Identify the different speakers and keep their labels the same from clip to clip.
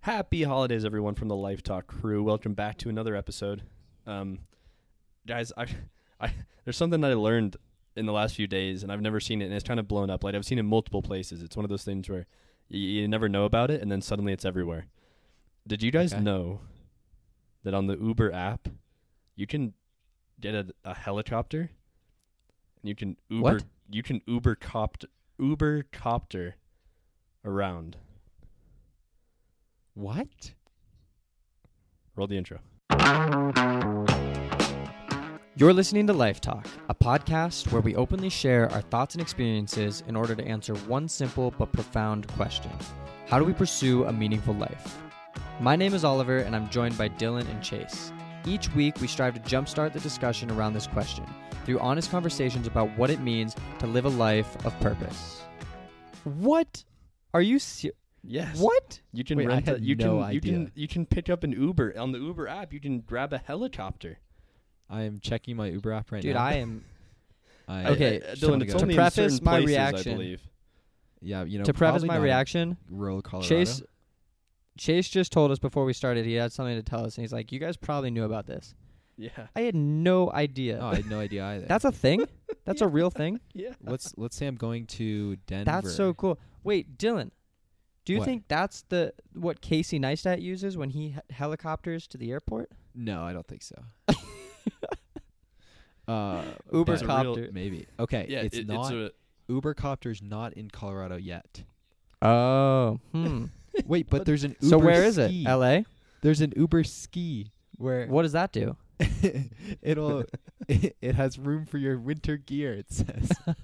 Speaker 1: Happy holidays, everyone, from the Life Talk crew. Welcome back to another episode. Um, guys, I, I, there's something that I learned in the last few days, and I've never seen it, and it's kind of blown up. Like, I've seen it multiple places. It's one of those things where you, you never know about it, and then suddenly it's everywhere. Did you guys
Speaker 2: Okay.
Speaker 1: know that on the Uber app, you can get a, a helicopter, and you can Uber,
Speaker 2: What?
Speaker 1: you can Uber copt, Uber copter around.
Speaker 2: What?
Speaker 1: Roll the intro.
Speaker 2: You're listening to Life Talk, a podcast where we openly share our thoughts and experiences in order to answer one simple but profound question How do we pursue a meaningful life? My name is Oliver, and I'm joined by Dylan and Chase. Each week, we strive to jumpstart the discussion around this question through honest conversations about what it means to live a life of purpose. What? Are you serious?
Speaker 1: Yes.
Speaker 2: What?
Speaker 1: You can
Speaker 3: Wait, I
Speaker 1: rent. a,
Speaker 3: had
Speaker 1: you
Speaker 3: no
Speaker 1: can you can
Speaker 3: idea.
Speaker 1: you can pick up an Uber on the Uber app. You can grab a helicopter.
Speaker 3: I am checking my Uber app right
Speaker 2: Dude,
Speaker 3: now.
Speaker 2: I am.
Speaker 3: I,
Speaker 2: okay,
Speaker 1: I, I,
Speaker 3: just
Speaker 1: Dylan.
Speaker 3: wanna
Speaker 1: It's
Speaker 3: go.
Speaker 1: only
Speaker 2: To preface
Speaker 1: in certain
Speaker 2: my
Speaker 1: places, I
Speaker 2: reaction-
Speaker 1: believe.
Speaker 3: yeah, you know.
Speaker 2: to preface
Speaker 3: probably
Speaker 2: my
Speaker 3: not in
Speaker 2: reaction,
Speaker 3: rural Colorado.
Speaker 2: Chase Chase just told us before we started he had something to tell us and he's like, You guys probably knew about this.
Speaker 1: Yeah.
Speaker 2: I had no idea.
Speaker 3: Oh, I had no idea either.
Speaker 2: That's a thing? That's a real thing?
Speaker 1: Yeah.
Speaker 3: let's let's say I'm going to Denver.
Speaker 2: That's so cool. Wait, Dylan, do you
Speaker 3: What?
Speaker 2: think that's the what Casey Neistat uses when he h- helicopters to the airport?
Speaker 3: No, I don't think so. uh,
Speaker 2: Uber
Speaker 3: but
Speaker 1: That's a real-
Speaker 2: copter.
Speaker 3: maybe. Okay,
Speaker 1: Yeah.
Speaker 3: it's
Speaker 1: it-
Speaker 3: not
Speaker 1: a,
Speaker 3: Uber copter's not in Colorado yet.
Speaker 2: Oh, hmm.
Speaker 3: Wait, but there's an Uber
Speaker 2: so where is
Speaker 3: ski.
Speaker 2: it? L.A.
Speaker 3: There's an Uber ski where
Speaker 2: What does that do?
Speaker 3: it'll it, it has room for your winter gear, it says. I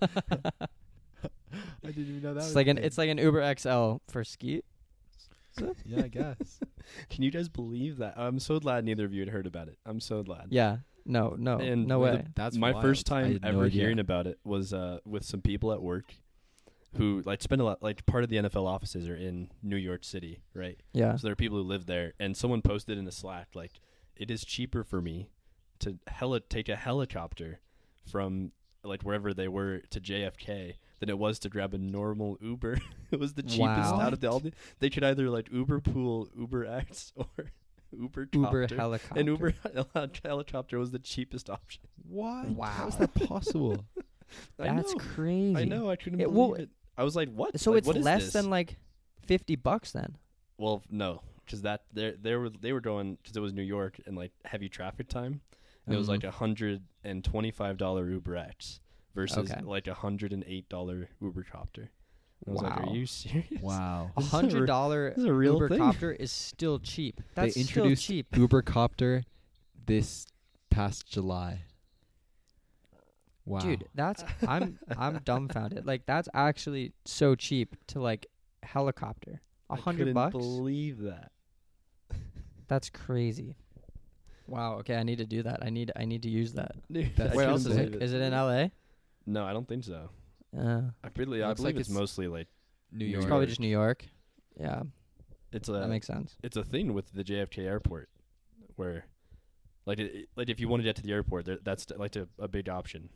Speaker 3: didn't even know that was
Speaker 2: It's
Speaker 3: a
Speaker 2: like an
Speaker 3: thing.
Speaker 2: it's like an Uber XL for ski.
Speaker 3: Yeah, I guess.
Speaker 1: can you guys believe that? I'm so glad neither of you had heard about it. I'm so glad.
Speaker 2: Yeah. No. No.
Speaker 1: And
Speaker 2: no
Speaker 1: the-
Speaker 2: way.
Speaker 3: That's
Speaker 1: my
Speaker 3: wild.
Speaker 1: first
Speaker 3: I
Speaker 1: time
Speaker 3: had no
Speaker 1: ever
Speaker 3: idea.
Speaker 1: hearing about it was uh, with some people at work who like spend a lot like part of the NFL offices are in New York City, right?
Speaker 2: Yeah.
Speaker 1: So there are people who live there, and someone posted in the Slack like, "It is cheaper for me to heli- take a helicopter from like wherever they were to JFK than it was to grab a normal Uber. it was the cheapest
Speaker 2: Wow.
Speaker 1: out of the all. the- They could either like Uber Pool, Uber X, or Uber
Speaker 2: Uber
Speaker 1: Copter.
Speaker 2: helicopter.
Speaker 1: and Uber hel- helicopter was the cheapest option.
Speaker 3: What? How is
Speaker 2: Wow.
Speaker 3: that possible?
Speaker 1: I
Speaker 2: That's
Speaker 1: know,
Speaker 2: crazy.
Speaker 1: I know. I couldn't
Speaker 2: It-
Speaker 1: believe
Speaker 2: well,
Speaker 1: it. I was like, "What?"
Speaker 2: So
Speaker 1: Like,
Speaker 2: it's
Speaker 1: what is
Speaker 2: less
Speaker 1: this?
Speaker 2: than like fifty bucks then.
Speaker 1: Well, no, because that they they were they were going because it was New York and like heavy traffic time. And It was like
Speaker 2: Mm-hmm.
Speaker 1: a hundred and twenty five dollar Uber X versus
Speaker 2: Okay.
Speaker 1: like a hundred and eight dollar Uber copter. I was like,
Speaker 2: Wow.
Speaker 1: "Are you serious?"
Speaker 3: wow.
Speaker 2: a
Speaker 1: This is a re-
Speaker 2: hundred dollar
Speaker 1: this is a real
Speaker 2: Uber
Speaker 1: thing.
Speaker 2: copter is still cheap. That's still
Speaker 3: introduced
Speaker 2: cheap.
Speaker 3: Uber copter this past July. Wow.
Speaker 2: Dude, that's I'm I'm dumbfounded. Like that's actually so cheap to like helicopter. A
Speaker 1: I
Speaker 2: hundred
Speaker 1: couldn't
Speaker 2: bucks?
Speaker 1: Believe that.
Speaker 2: that's crazy. Wow, okay, I need to do that. I need I need to use that.
Speaker 1: Dude,
Speaker 3: That's
Speaker 1: I
Speaker 2: Where
Speaker 1: couldn't
Speaker 2: else is
Speaker 1: believe
Speaker 2: it? Is it in LA?
Speaker 1: No, I don't think so.
Speaker 2: Uh,
Speaker 1: I really, I
Speaker 3: Looks
Speaker 1: believe
Speaker 3: like
Speaker 1: it's,
Speaker 3: it's-
Speaker 1: mostly like
Speaker 3: New
Speaker 1: It's
Speaker 3: York.
Speaker 2: it's probably just New York. Yeah,
Speaker 1: it's a
Speaker 2: that makes sense.
Speaker 1: it's a thing with the JFK airport where like it, it- like if you want to get to the airport, there, that's like a, a big option.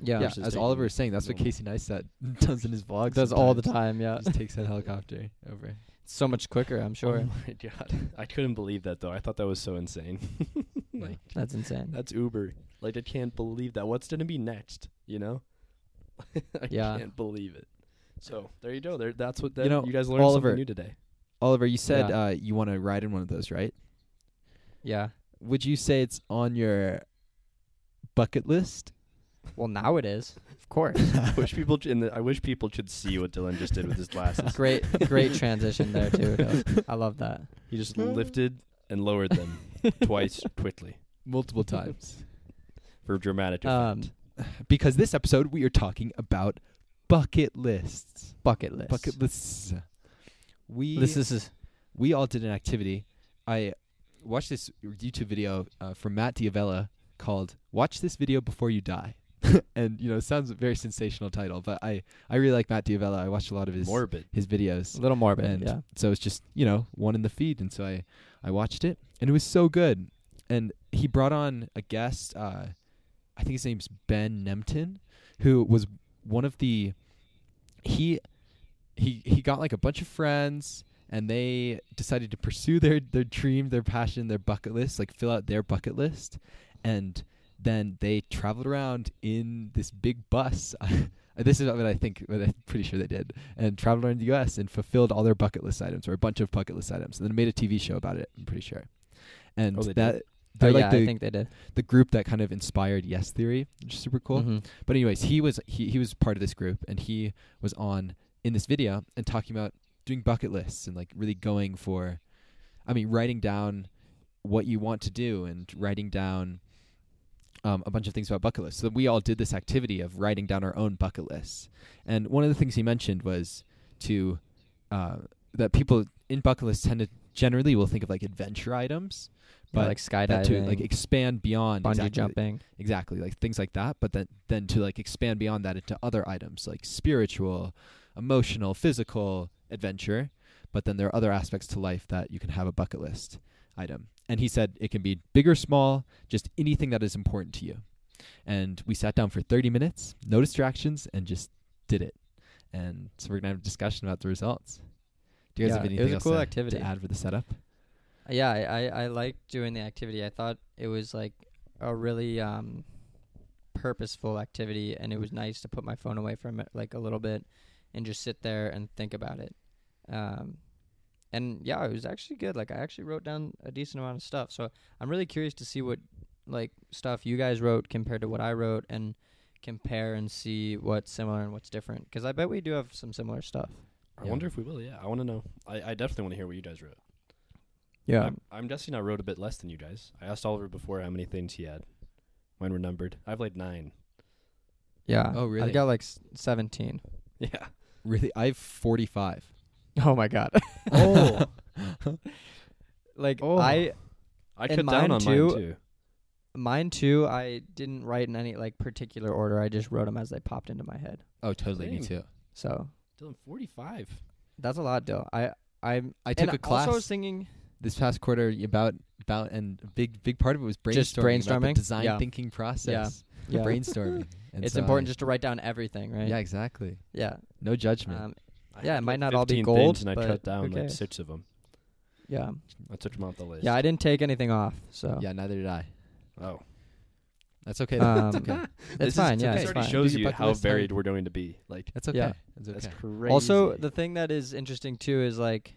Speaker 2: Yeah,
Speaker 3: yeah,
Speaker 1: versus
Speaker 3: as
Speaker 1: taking
Speaker 3: Oliver was saying, that's what
Speaker 1: normal-
Speaker 3: Casey Neistat does in his vlogs.
Speaker 2: does all the
Speaker 3: sometimes.
Speaker 2: time. Yeah,
Speaker 3: He just takes that helicopter over.
Speaker 2: so much quicker. I'm sure.
Speaker 1: Oh my god, I couldn't believe that though. I thought that was so insane.
Speaker 3: No.
Speaker 1: Like,
Speaker 2: That's insane.
Speaker 1: That's Uber. Like I can't believe that. What's gonna be next? You know? I
Speaker 2: Yeah.
Speaker 1: can't believe it. So there you go. There that's what that, you,
Speaker 3: You know,
Speaker 1: guys learned
Speaker 3: Oliver-
Speaker 1: something new today.
Speaker 3: Oliver, you said
Speaker 2: Yeah.
Speaker 3: uh, you want to ride in one of those, right?
Speaker 2: yeah.
Speaker 3: Would you say it's on your bucket list?
Speaker 2: Well, now it is, of course.
Speaker 1: I wish people in the, I wish people could see what Dylan just did with his glasses.
Speaker 2: great, great transition there too. though. I love that.
Speaker 1: He just lifted and lowered them twice quickly
Speaker 3: Multiple times.
Speaker 1: for dramatic
Speaker 2: Um,
Speaker 1: effect.
Speaker 3: because this episode we are talking about bucket lists.
Speaker 2: bucket list.
Speaker 3: Bucket lists. We
Speaker 2: This is is-
Speaker 3: we all did an activity. I watched this YouTube video uh, from Matt Diavella called "Watch this video before you die," and you know, it sounds a very sensational title, but I I really like Matt Diavella. I watched a lot of his
Speaker 1: Morbid.
Speaker 3: his videos.
Speaker 2: a little morbid.
Speaker 3: and
Speaker 2: yeah.
Speaker 3: so it's just you know one in the feed and so i i watched it and it was so good and he brought on a guest uh i think his name's ben nempton who was one of the he he he got like a bunch of friends and they decided to pursue their their dream, their passion, their bucket list, like fill out their bucket list, and then they traveled around in this big bus. this is what I think, but I'm pretty sure they did, and traveled around the U.S. and fulfilled all their bucket list items or a bunch of bucket list items, and then made a TV show about it. I'm pretty sure, and
Speaker 1: Oh, they did?
Speaker 3: that they're
Speaker 2: yeah,
Speaker 3: like the
Speaker 2: I think they did.
Speaker 3: the group that kind of inspired Yes Theory, which is super cool.
Speaker 2: Mhm.
Speaker 3: But anyways, he was he, he was part of this group and he was on in this video and talking about doing bucket lists and like really going for I mean writing down what you want to do and writing down um, a bunch of things about bucket lists. So we all did this activity of writing down our own bucket lists. And one of the things he mentioned was to uh, that people in bucket lists tend to generally will think of like adventure items,
Speaker 2: Yeah,
Speaker 3: but
Speaker 2: like
Speaker 3: that
Speaker 2: skydiving,
Speaker 3: to like expand beyond
Speaker 2: bungee
Speaker 3: exactly-
Speaker 2: jumping.
Speaker 3: exactly like things like that but then then to like expand beyond that into other items like spiritual emotional physical adventure but then there are other aspects to life that you can have a bucket list item and he said it can be big or small just anything that is important to you and we sat down for 30 minutes no distractions and just did it and so we're gonna have a discussion about the results do you guys
Speaker 2: Yeah,
Speaker 3: have
Speaker 2: it was
Speaker 3: anything
Speaker 2: a
Speaker 3: else
Speaker 2: cool
Speaker 3: to,
Speaker 2: activity.
Speaker 3: to add for the setup
Speaker 2: Yeah, I, I, I liked doing the activity. I thought it was like a really um, purposeful activity, and it was nice to put my phone away from it like a little bit and just sit there and think about it. Um, and yeah, it was actually good. Like I actually wrote down a decent amount of stuff, so I'm really curious to see what like stuff you guys wrote compared to what I wrote, and compare and see what's similar and what's different. Because I bet we do have some similar stuff.
Speaker 1: I
Speaker 3: Yeah.
Speaker 1: wonder if we will. Yeah, I want to know. I, I definitely want to hear what you guys wrote.
Speaker 2: Um,
Speaker 1: I'm, I'm guessing I wrote a bit less than you guys. I asked Oliver before how many things he had. Mine were numbered. I've like nine.
Speaker 2: yeah.
Speaker 3: Oh, really?
Speaker 2: I got like s- 17.
Speaker 1: Yeah.
Speaker 3: really i have 45
Speaker 2: Oh my god.
Speaker 1: Oh,
Speaker 2: Like
Speaker 1: Oh.
Speaker 2: I
Speaker 1: I
Speaker 2: And
Speaker 1: cut down
Speaker 2: mine
Speaker 1: on
Speaker 2: too.
Speaker 1: mine too.
Speaker 2: mine too, I didn't write in any like particular order. I just wrote them as they popped into my head.
Speaker 3: oh totally me
Speaker 1: Dang.
Speaker 3: too
Speaker 2: So
Speaker 1: Dylan, forty-five.
Speaker 2: that's a lot, Dill. I I
Speaker 3: i took
Speaker 2: and
Speaker 3: a class
Speaker 2: Also, I was thinking
Speaker 3: this past quarter about about and a big big part of it was brainstorming,
Speaker 2: Just
Speaker 3: about the
Speaker 2: brainstorming?
Speaker 3: design
Speaker 2: Yeah.
Speaker 3: thinking process,
Speaker 2: yeah,
Speaker 3: brainstorming. And
Speaker 2: it's
Speaker 3: so
Speaker 2: important
Speaker 3: I-
Speaker 2: just to write down everything, right?
Speaker 3: yeah, exactly.
Speaker 2: yeah.
Speaker 3: No judgment.
Speaker 2: Um,
Speaker 1: I
Speaker 2: Yeah,
Speaker 1: had,
Speaker 2: it
Speaker 1: like,
Speaker 2: might not all be
Speaker 1: 15
Speaker 2: gold,
Speaker 1: things, and I
Speaker 2: but
Speaker 1: cut
Speaker 2: who
Speaker 1: down like
Speaker 2: cares?
Speaker 1: six of them.
Speaker 2: yeah,
Speaker 1: I took them off the list.
Speaker 2: yeah. I didn't take anything off, so
Speaker 3: yeah, neither did I.
Speaker 1: oh,
Speaker 3: That's okay. though.
Speaker 2: um,
Speaker 3: that's okay.
Speaker 1: This is-
Speaker 2: it's fine.
Speaker 3: it's
Speaker 2: Yeah,
Speaker 3: okay.
Speaker 1: this
Speaker 2: it's
Speaker 1: already
Speaker 2: fine.
Speaker 1: shows
Speaker 3: These are
Speaker 1: you
Speaker 3: bucket
Speaker 1: how
Speaker 3: list time.
Speaker 1: varied we're going to be. Like
Speaker 3: That's okay.
Speaker 2: yeah.
Speaker 3: That's okay.
Speaker 1: that's crazy.
Speaker 2: Also, the thing that is interesting too is like,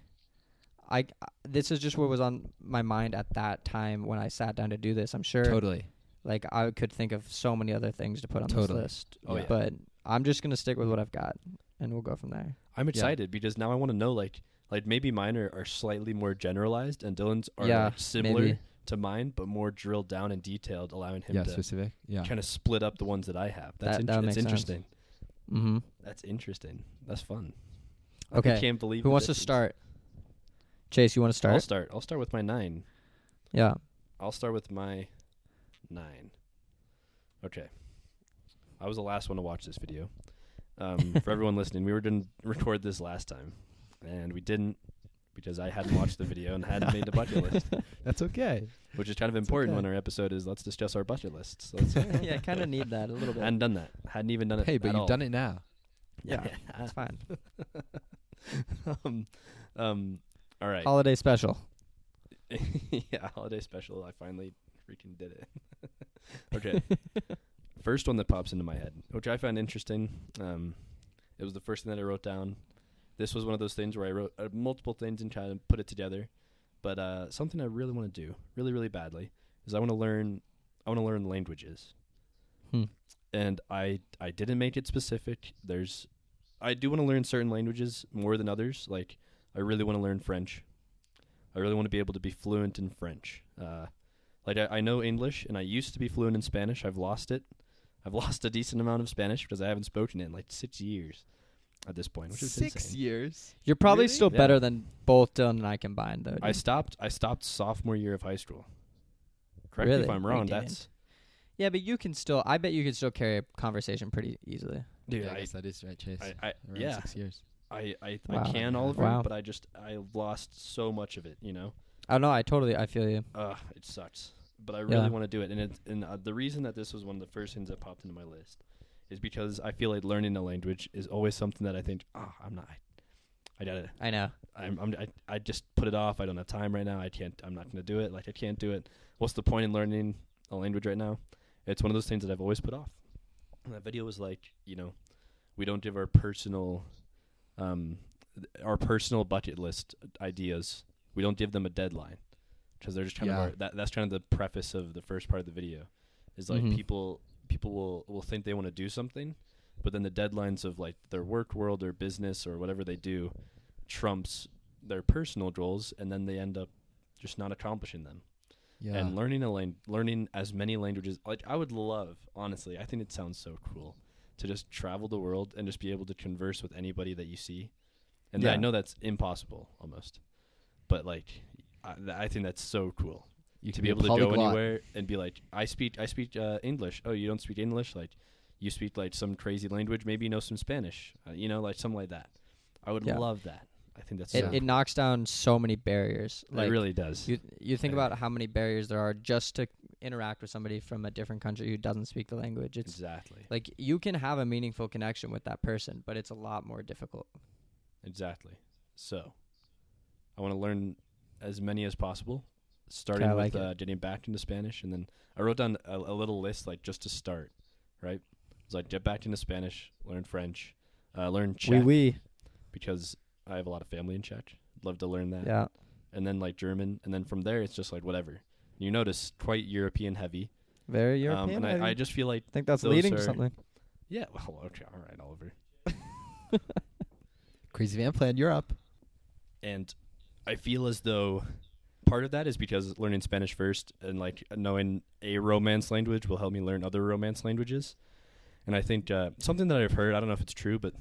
Speaker 2: I this is just what was on my mind at that time when I sat down to do this. I'm sure
Speaker 3: Totally.
Speaker 2: Like I could think of so many other things to put on
Speaker 3: Totally.
Speaker 2: this list.
Speaker 1: Oh, yeah.
Speaker 2: But I'm just gonna stick with what I've got and we'll go from there.
Speaker 1: I'm excited because now I want to know like like maybe mine are, are slightly more generalized and Dylan's are
Speaker 2: Yeah,
Speaker 1: like, similar
Speaker 2: maybe.
Speaker 1: to mine but more drilled down and detailed, allowing him
Speaker 3: Yeah,
Speaker 1: to
Speaker 3: specific. Yeah.
Speaker 1: kind of split up the ones that I have. That's,
Speaker 2: That-
Speaker 1: inter-
Speaker 2: that would
Speaker 1: that's
Speaker 2: make sense.
Speaker 1: interesting.
Speaker 2: Mm-hmm.
Speaker 1: That's interesting. That's fun. I
Speaker 2: Okay.
Speaker 1: can't believe
Speaker 2: Who
Speaker 1: that
Speaker 2: wants to
Speaker 1: this is-
Speaker 2: start? Chase, you wanna start?
Speaker 1: I'll start. I'll start with my nine.
Speaker 2: yeah.
Speaker 1: I'll start with my nine. Okay. I was the last one to watch this video. Um, for everyone listening, we were going to record this last time, and we didn't because I hadn't watched the video and hadn't made a bucket list,
Speaker 3: That's okay.
Speaker 1: which is kind of important
Speaker 3: okay.
Speaker 1: when our episode is let's discuss our bucket lists. So it's-
Speaker 2: yeah, I kinda need that a little
Speaker 1: I
Speaker 2: bit.
Speaker 1: hadn't done that. Hadn't even done it.
Speaker 3: Hey, but
Speaker 1: at
Speaker 3: you've
Speaker 1: all.
Speaker 3: done it now.
Speaker 2: yeah. That's fine.
Speaker 1: um, um, all right.
Speaker 2: Holiday special.
Speaker 1: yeah, holiday special. I finally freaking did it. okay. first one that pops into my head, which I found interesting. Um, it was the first thing that I wrote down. This was one of those things where I wrote uh, multiple things and tried to put it together. But uh, something I really want to do, really, really badly, is I want to learn. I want to learn languages.
Speaker 2: Hmm.
Speaker 1: And I I didn't make it specific. There's, I do want to learn certain languages more than others. Like I really want to learn French. I really want to be able to be fluent in French. Uh, like I, I know English, and I used to be fluent in Spanish. I've lost it. I've lost a decent amount of Spanish because I haven't spoken it in like six years at this point, which is
Speaker 3: Six
Speaker 1: insane.
Speaker 3: years.
Speaker 2: You're probably
Speaker 3: Really?
Speaker 2: still
Speaker 1: Yeah.
Speaker 2: better than both Dylan and I combined though.
Speaker 1: I
Speaker 2: dude.
Speaker 1: stopped. I stopped sophomore year of high school. Correct me if
Speaker 2: Really?
Speaker 1: I'm
Speaker 2: No,
Speaker 1: wrong.
Speaker 2: you didn't.
Speaker 1: That's
Speaker 2: yeah, but you can still I bet you can still carry a conversation pretty easily.
Speaker 1: dude.
Speaker 3: yeah, I,
Speaker 1: I,
Speaker 3: guess that is right, Chase.
Speaker 1: I, I,
Speaker 3: Around
Speaker 1: yeah,
Speaker 3: Six years.
Speaker 1: I, I,
Speaker 2: Wow.
Speaker 1: I can all of
Speaker 2: Wow.
Speaker 1: it, but I just I lost so much of it. You know.
Speaker 2: I don't know, I totally I feel you.
Speaker 1: uh, it sucks. But I really
Speaker 2: Yeah.
Speaker 1: want to do it, and it, and uh, the reason that this was one of the first things that popped into my list is because I feel like learning a language is always something that I think, oh, I'm "Ah, not, I, I got it.
Speaker 2: I know.
Speaker 1: I'm, I'm I, I just put it off. I don't have time right now. I can't. I'm not going to do it. Like I can't do it. What's the point in learning a language right now? It's one of those things that I've always put off. And that video was like, you know, we don't give our personal, um, th- our personal bucket list ideas. We don't give them a deadline because they're just kind
Speaker 3: Yeah.
Speaker 1: of our, that. That's kind of the preface of the first part of the video. Is like
Speaker 3: Mm-hmm.
Speaker 2: Mhm.
Speaker 1: people people will will think they want to do something, but then the deadlines of like their work world or business or whatever they do trumps their personal goals, and then they end up just not accomplishing them.
Speaker 3: Yeah.
Speaker 1: And learning a lang- learning as many languages, like I would love, honestly, I think it sounds so cool to just travel the world and just be able to converse with anybody that you see. And I
Speaker 3: Yeah.
Speaker 1: know that's impossible almost, but like I, th- I think that's so cool
Speaker 3: you
Speaker 1: to
Speaker 3: can
Speaker 1: be
Speaker 3: a
Speaker 1: able to go
Speaker 3: polyglot.
Speaker 1: anywhere and be like, I speak, I speak uh, English. Oh, you don't speak English? Like, you speak like some crazy language. Maybe you know some Spanish. Uh, you know, like something like that. I would
Speaker 2: Yeah.
Speaker 1: love that. I think that's
Speaker 2: It,
Speaker 1: so
Speaker 2: it knocks down so many barriers.
Speaker 1: cool.
Speaker 2: Like
Speaker 1: it really does.
Speaker 2: you you think
Speaker 1: Yeah.
Speaker 2: about how many barriers there are just to interact with somebody from a different country who doesn't speak the language. It's
Speaker 1: exactly,
Speaker 2: like you can have a meaningful connection with that person, but it's a lot more difficult.
Speaker 1: exactly. So, I want to learn as many as possible, starting
Speaker 2: I
Speaker 1: with
Speaker 2: like it.
Speaker 1: uh, getting back into Spanish, and then I wrote down a, a little list like just to start. Right, it's like get back into Spanish, learn French, uh, learn Czech
Speaker 2: we
Speaker 1: because I have a lot of family in Czech. Love to learn that.
Speaker 2: yeah.
Speaker 1: and then like German, and then from there it's just like whatever. You notice quite European heavy.
Speaker 2: Very
Speaker 1: um,
Speaker 2: European.
Speaker 1: and
Speaker 2: heavy.
Speaker 1: I, I just feel like
Speaker 2: I think that's
Speaker 1: those
Speaker 2: leading to
Speaker 1: are-
Speaker 2: something.
Speaker 1: yeah, well, okay, all right, Oliver.
Speaker 3: Crazy Van Plan, you're up.
Speaker 1: And I feel as though part of that is because learning Spanish first and like knowing a Romance language will help me learn other Romance languages. And I think uh, something that I've heard, I don't know if it's true, but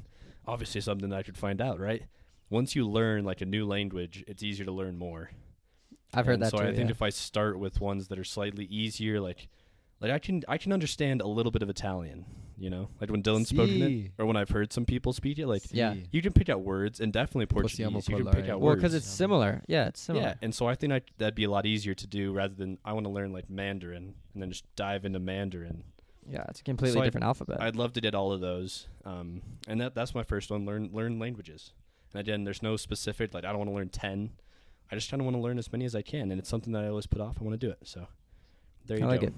Speaker 1: obviously something that I could find out, right? Once you learn like a new language, it's easier to learn more.
Speaker 2: I've heard
Speaker 1: And
Speaker 2: that
Speaker 1: So
Speaker 2: too.
Speaker 1: I think
Speaker 2: yeah.
Speaker 1: if I start with ones that are slightly easier, like like I can I can understand a little bit of Italian, you know, like when Dylan spoke it,
Speaker 3: Si.
Speaker 1: or when I've heard some people speak it, like
Speaker 2: Yeah.
Speaker 3: See.
Speaker 1: you can pick out words and definitely Portuguese.
Speaker 3: Possiamo
Speaker 1: You can pick
Speaker 3: parlare.
Speaker 1: out
Speaker 2: well,
Speaker 1: words.
Speaker 2: because it's similar. Yeah, it's similar.
Speaker 1: yeah, and so I think I, that'd be a lot easier to do rather than I want to learn like Mandarin and then just dive into Mandarin.
Speaker 2: Yeah, it's a completely
Speaker 1: So I-
Speaker 2: different alphabet.
Speaker 1: I'd love to get all of those, um, and that that's my first one. Learn learn languages, and again, there's no specific like I don't want to learn ten. I just kind of want to learn as many as I can, and it's something that I always put off. I want to do it, so there
Speaker 2: I
Speaker 1: you
Speaker 2: like
Speaker 1: go.
Speaker 2: it.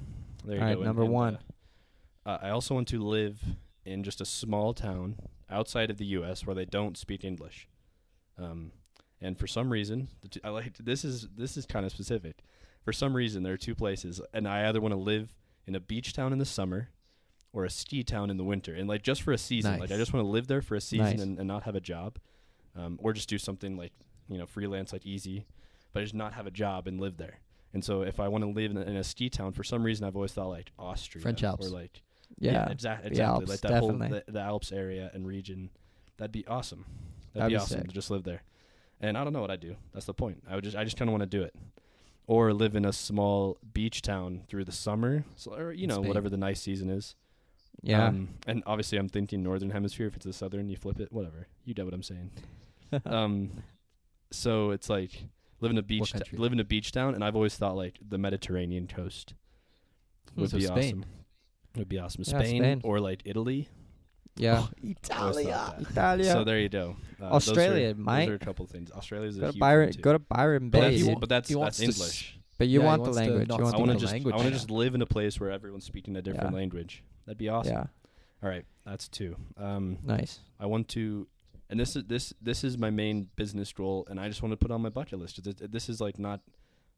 Speaker 1: There you
Speaker 2: All right,
Speaker 1: go.
Speaker 2: number one.
Speaker 1: uh, uh, I also want to live in just a small town outside of the U.S. where they don't speak English. Um, and for some reason, the two, I like this is this is kind of specific. For some reason, there are two places, and I either want to live in a beach town in the summer or a ski town in the winter, and like just for a season. Like I
Speaker 3: Nice.
Speaker 1: just want to live there for a season
Speaker 2: Nice.
Speaker 1: and, and not have a job, um, or just do something like you know freelance, like easy, but just not have a job and live there. And so if I want to live in a, in a ski town, for some reason I've always thought like Austria
Speaker 3: French Alps.
Speaker 1: or like
Speaker 2: yeah.
Speaker 1: exac- exactly
Speaker 2: Alps,
Speaker 1: like that whole
Speaker 2: definitely.
Speaker 1: the, the Alps area and region. That'd be awesome. That'd,
Speaker 2: That'd
Speaker 1: be,
Speaker 2: be
Speaker 1: awesome
Speaker 2: sick.
Speaker 1: to just live there. And I don't know what I do. That's the point. I would just I just kind of want to do it, or live in a small beach town through the summer, so, or you
Speaker 3: In
Speaker 1: know
Speaker 3: Spain.
Speaker 1: whatever the nice season is.
Speaker 2: yeah.
Speaker 1: Um, and obviously, I'm thinking northern hemisphere. If it's the southern, you flip it. Whatever. You know what I'm saying. um, so it's like live in a beach, t-
Speaker 3: country?
Speaker 1: live in a beach town, and I've always thought like the Mediterranean coast
Speaker 3: Hmm.
Speaker 1: would
Speaker 3: So
Speaker 1: be
Speaker 3: Spain.
Speaker 1: awesome. Would be awesome.
Speaker 2: Yeah,
Speaker 1: Spain,
Speaker 2: Spain.
Speaker 1: or like Italy.
Speaker 2: yeah.
Speaker 3: Oh,
Speaker 1: I always thought that.
Speaker 2: Italia.
Speaker 1: So there you go. Uh, those are-
Speaker 2: Australia,
Speaker 1: Those are,
Speaker 2: mate.
Speaker 1: a couple things. Australia's a
Speaker 2: go to
Speaker 1: huge
Speaker 2: Byron.
Speaker 1: one too.
Speaker 2: Go to Byron
Speaker 1: but
Speaker 3: But
Speaker 2: Bay.
Speaker 1: that's,
Speaker 3: he
Speaker 2: dude.
Speaker 3: wa-
Speaker 1: but that's,
Speaker 3: he wants
Speaker 1: that's
Speaker 3: to s-
Speaker 1: English.
Speaker 2: but you
Speaker 3: yeah, he
Speaker 2: want the
Speaker 3: wants to
Speaker 2: language.
Speaker 3: not
Speaker 2: You want
Speaker 1: I
Speaker 2: the
Speaker 1: want to
Speaker 3: speak
Speaker 1: just
Speaker 3: language.
Speaker 1: I want to
Speaker 3: Yeah.
Speaker 1: just live in a place where everyone's speaking a different
Speaker 2: Yeah.
Speaker 1: language. That'd be awesome.
Speaker 2: Yeah.
Speaker 1: All right, that's two. Um,
Speaker 2: Nice.
Speaker 1: I want to, and this is this this is my main business goal, and I just want to put on my bucket list. Th- th- This is like not,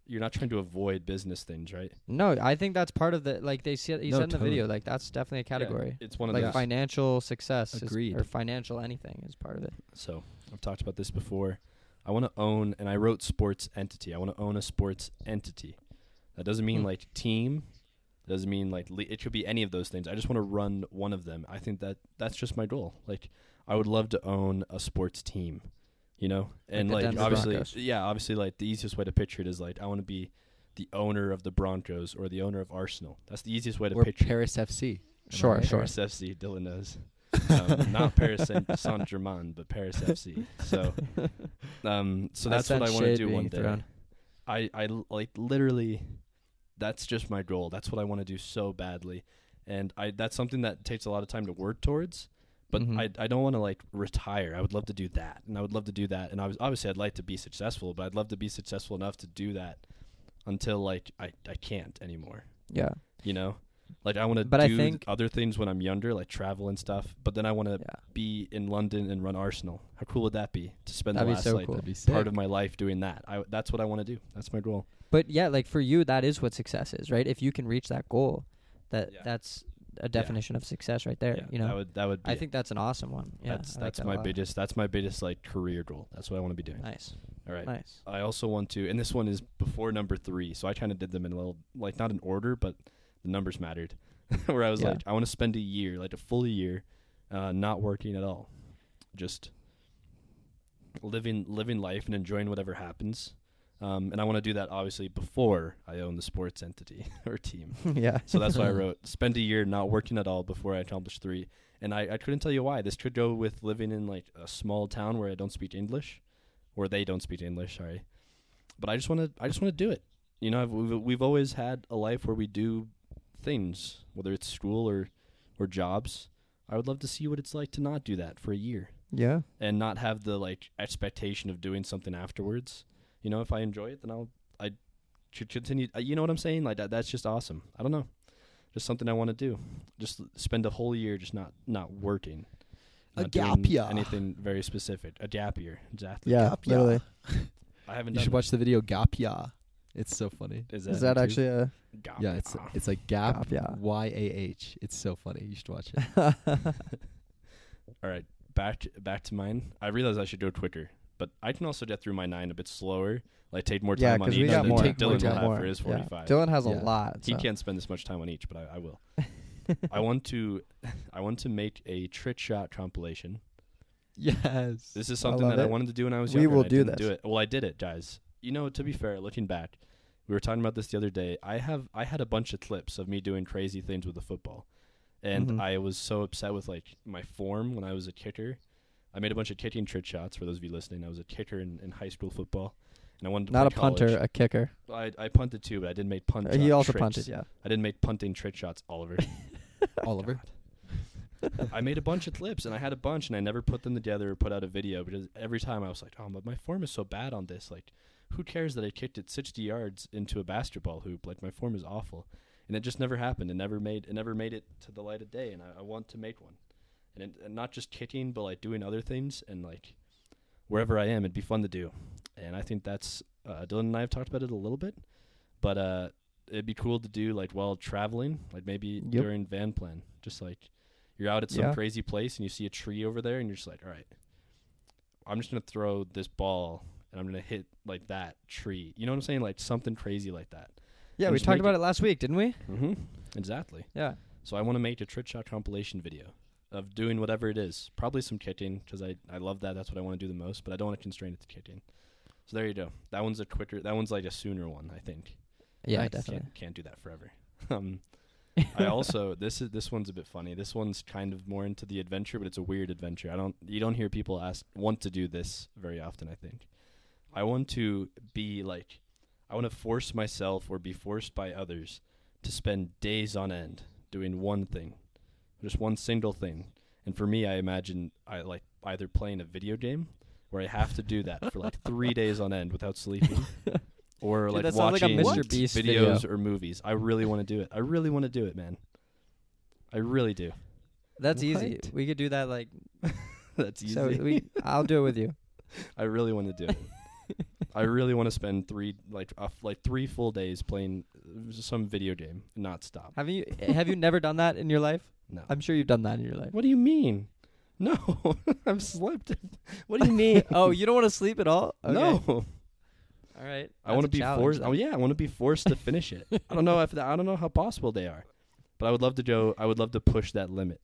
Speaker 1: you're not trying to avoid business things, right?
Speaker 2: No, I think that's part of the like they said. He
Speaker 3: No,
Speaker 2: said in the
Speaker 3: totally.
Speaker 2: video like that's definitely a
Speaker 1: Yeah,
Speaker 2: category.
Speaker 1: it's one of
Speaker 2: Like
Speaker 1: those.
Speaker 2: financial success is,
Speaker 3: Agreed.
Speaker 2: or financial anything is part of it.
Speaker 1: So I've talked about this before. I want to own, and I wrote sports entity. I want to own a sports entity. That doesn't mean
Speaker 2: Hmm.
Speaker 1: like team. Doesn't mean like le- it could be any of those things. I just want to run one of them. I think that that's just my goal. Like I would love to own a sports team, you know, and
Speaker 2: the
Speaker 1: like,
Speaker 2: Denver
Speaker 1: obviously,
Speaker 2: Broncos.
Speaker 1: yeah, obviously, like the easiest way to picture it is like I want to be the owner of the Broncos or the owner of Arsenal. That's the easiest way to
Speaker 3: Or
Speaker 1: picture. it.
Speaker 3: Paris FC. Am I
Speaker 2: Sure,
Speaker 3: right?
Speaker 2: sure.
Speaker 1: Paris FC, Dylan knows. Um, not Paris Saint Germain, but Paris FC. So, um, so that's what
Speaker 2: sense
Speaker 1: I want to
Speaker 2: shade
Speaker 1: do
Speaker 2: being
Speaker 1: one day.
Speaker 2: thrown.
Speaker 1: I, I l- like literally, that's just my goal. That's what I want to do so badly, and I that's something that takes a lot of time to work towards. but
Speaker 2: Mhm.
Speaker 1: I I don't want to like retire. I would love to do that, and I would love to do that, and I was obviously I'd like to be successful, but I'd love to be successful enough to do that until like I I can't anymore.
Speaker 2: Yeah.
Speaker 1: You know, like I want to do
Speaker 2: But I think-
Speaker 1: other things when I'm younger, like travel and stuff. But then I want to
Speaker 2: Yeah.
Speaker 1: be in London and run Arsenal. How cool would that be to spend
Speaker 2: That'd
Speaker 1: the
Speaker 2: be
Speaker 1: last
Speaker 2: so
Speaker 1: like
Speaker 2: cool.
Speaker 3: That'd be sick.
Speaker 1: part of my life doing that? I that's what I want to do. That's my goal.
Speaker 2: But yeah, like for you, that is what success is, right? If you can reach that goal, that
Speaker 1: Yeah.
Speaker 2: that's a definition of success right there.
Speaker 1: Yeah,
Speaker 2: you know,
Speaker 1: that would that would. Be
Speaker 2: I
Speaker 1: it.
Speaker 2: think that's an awesome one. Yeah,
Speaker 1: that's
Speaker 2: I like
Speaker 1: that's
Speaker 2: that a
Speaker 1: my
Speaker 2: lot.
Speaker 1: biggest that's my biggest like career goal. That's what I want to be doing.
Speaker 2: Nice,
Speaker 1: All right.
Speaker 2: nice.
Speaker 1: I also want to, and this one is before number three, so I kind of did them in a little like not in order, but the numbers mattered. Where I was
Speaker 2: Yeah.
Speaker 1: like, I want to spend a year, like a full year, uh, not working at all, just living living life and enjoying whatever happens. Um, and I want to do that obviously before I own the sports entity or team.
Speaker 2: yeah,
Speaker 1: So that's why I wrote spend a year not working at all before I accomplish three. And I, I couldn't tell you why. This could go with living in like a small town where I don't speak English, or they don't speak English. Sorry, but I just want to I just want to do it. You know, I've, we've we've always had a life where we do things, whether it's school or or jobs. I would love to see what it's like to not do that for a year
Speaker 2: yeah,
Speaker 1: and not have the like expectation of doing something afterwards. You know, if I enjoy it, then I'll I should continue. uh, You know what I'm saying? Like that, that's just awesome. I don't know, just something I want to do. Just l- spend a whole year just not not working.
Speaker 3: A
Speaker 1: not doing
Speaker 3: gap year.
Speaker 1: Anything very specific. A gap year. Exactly.
Speaker 2: yeah.
Speaker 3: Gap year.
Speaker 2: Literally,
Speaker 1: I haven't.
Speaker 3: You
Speaker 1: done
Speaker 3: should watch the video Gap Ya. It's so funny.
Speaker 1: Is that,
Speaker 2: is that
Speaker 1: YouTube?
Speaker 2: actually a?
Speaker 1: Gap
Speaker 3: Yeah, it's
Speaker 1: year.
Speaker 3: it's like Gap
Speaker 2: Gap Ya.
Speaker 3: Y A H. It's so funny. You should watch it.
Speaker 1: All right, back back to mine. I realize I should go quicker, but I can also get through my nine a bit slower. Like take more
Speaker 2: Yeah,
Speaker 1: time on
Speaker 2: 'cause
Speaker 1: each.
Speaker 2: we got
Speaker 1: than
Speaker 2: more.
Speaker 1: Dylan
Speaker 2: we
Speaker 1: will
Speaker 2: got
Speaker 1: have
Speaker 2: more.
Speaker 1: for his
Speaker 2: Yeah.
Speaker 1: 45.
Speaker 2: Dylan has a
Speaker 3: Yeah.
Speaker 2: lot.
Speaker 1: He
Speaker 2: so-
Speaker 1: can't spend this much time on each, but I, I will. I want to, I want to make a trick shot compilation.
Speaker 3: yes.
Speaker 1: This is something
Speaker 2: love
Speaker 1: that I
Speaker 2: it.
Speaker 1: wanted to do when I was
Speaker 2: We
Speaker 1: younger.
Speaker 2: will
Speaker 1: and I
Speaker 2: do
Speaker 1: didn't
Speaker 2: this.
Speaker 1: Do it. Well, I did it, guys. You know, to be fair, looking back, we were talking about this the other day. I have, I had a bunch of clips of me doing crazy things with the football, and
Speaker 2: Mhm.
Speaker 1: I was so upset with like my form when I was a kicker. I made a bunch of kicking trick shots. For those of you listening, I was a kicker in, in high school football, and I wanted to
Speaker 2: Not a
Speaker 1: play college.
Speaker 2: punter, a kicker.
Speaker 1: I, I punted too, but I didn't make punt.
Speaker 2: Uh, he
Speaker 1: shot
Speaker 2: also
Speaker 1: tricks.
Speaker 2: punted. Yeah.
Speaker 1: I didn't make punting trick shots, Oliver.
Speaker 3: Oliver.
Speaker 1: I made a bunch of clips and I had a bunch and I never put them together or put out a video because every time I was like, oh, but my form is so bad on this. Like, who cares that I kicked it 60 yards into a basketball hoop? Like, my form is awful. And it just never happened. It never made it never made it to the light of day. And I, I want to make one. And, it, and not just kicking, but like doing other things and like wherever I am, it'd be fun to do. And I think that's uh, Dylan and I have talked about it a little bit, but uh, it'd be cool to do like while traveling, like maybe
Speaker 2: Yep.
Speaker 1: during van plan, just like you're out at some
Speaker 2: Yeah.
Speaker 1: crazy place and you see a tree over there and you're just like, all right, I'm just gonna throw this ball and I'm gonna hit like that tree. You know what I'm saying? Like something crazy like that.
Speaker 2: Yeah,
Speaker 1: I'm
Speaker 2: we
Speaker 1: just
Speaker 2: talked
Speaker 1: making-
Speaker 2: about it last week, didn't we?
Speaker 1: Mm-hmm. Exactly.
Speaker 2: Yeah.
Speaker 1: So I want to make a trick shot compilation video of doing whatever it is. Probably some kicking because I, I love that. That's what I want to do the most. But I don't want to constrain it to kicking. So there you go. That one's a quicker. That one's like a sooner one. I think.
Speaker 2: Yeah,
Speaker 3: Nice.
Speaker 2: definitely.
Speaker 1: Can't, can't do that forever. Um, I also this is this one's a bit funny. This one's kind of more into the adventure, but it's a weird adventure. I don't you don't hear people ask want to do this very often. I think I want to be like I want to force myself or be forced by others to spend days on end doing one thing, just one single thing. And for me, I imagine I like either playing a video game where I have to do that for like three days on end without sleeping, or
Speaker 2: Dude,
Speaker 1: like
Speaker 2: that sounds like a
Speaker 1: watching
Speaker 2: Mr. Beast video.
Speaker 1: videos or movies. I really want to do it. I really want to do it, man. I really do.
Speaker 2: That's easy.
Speaker 3: What?
Speaker 2: We could do that like
Speaker 1: That's easy.
Speaker 2: so. We, I'll do it with you.
Speaker 1: I really want to do it. I really want to spend three like uh, like three full days playing uh, some video game, not stop.
Speaker 2: Have you have you never done that in your life?
Speaker 1: No.
Speaker 2: I'm sure you've done that in your life.
Speaker 1: What do you mean? No, I've slept. What do you mean?
Speaker 2: oh, you don't want to sleep at all? Okay.
Speaker 1: No,
Speaker 2: All right.
Speaker 1: I want to
Speaker 2: That's a
Speaker 1: be
Speaker 2: challenge,
Speaker 1: forced.
Speaker 2: then.
Speaker 1: Oh yeah, I want to be forced to finish it. I don't know if that, I don't know how possible they are, but I would love to go. I would love to push that limit.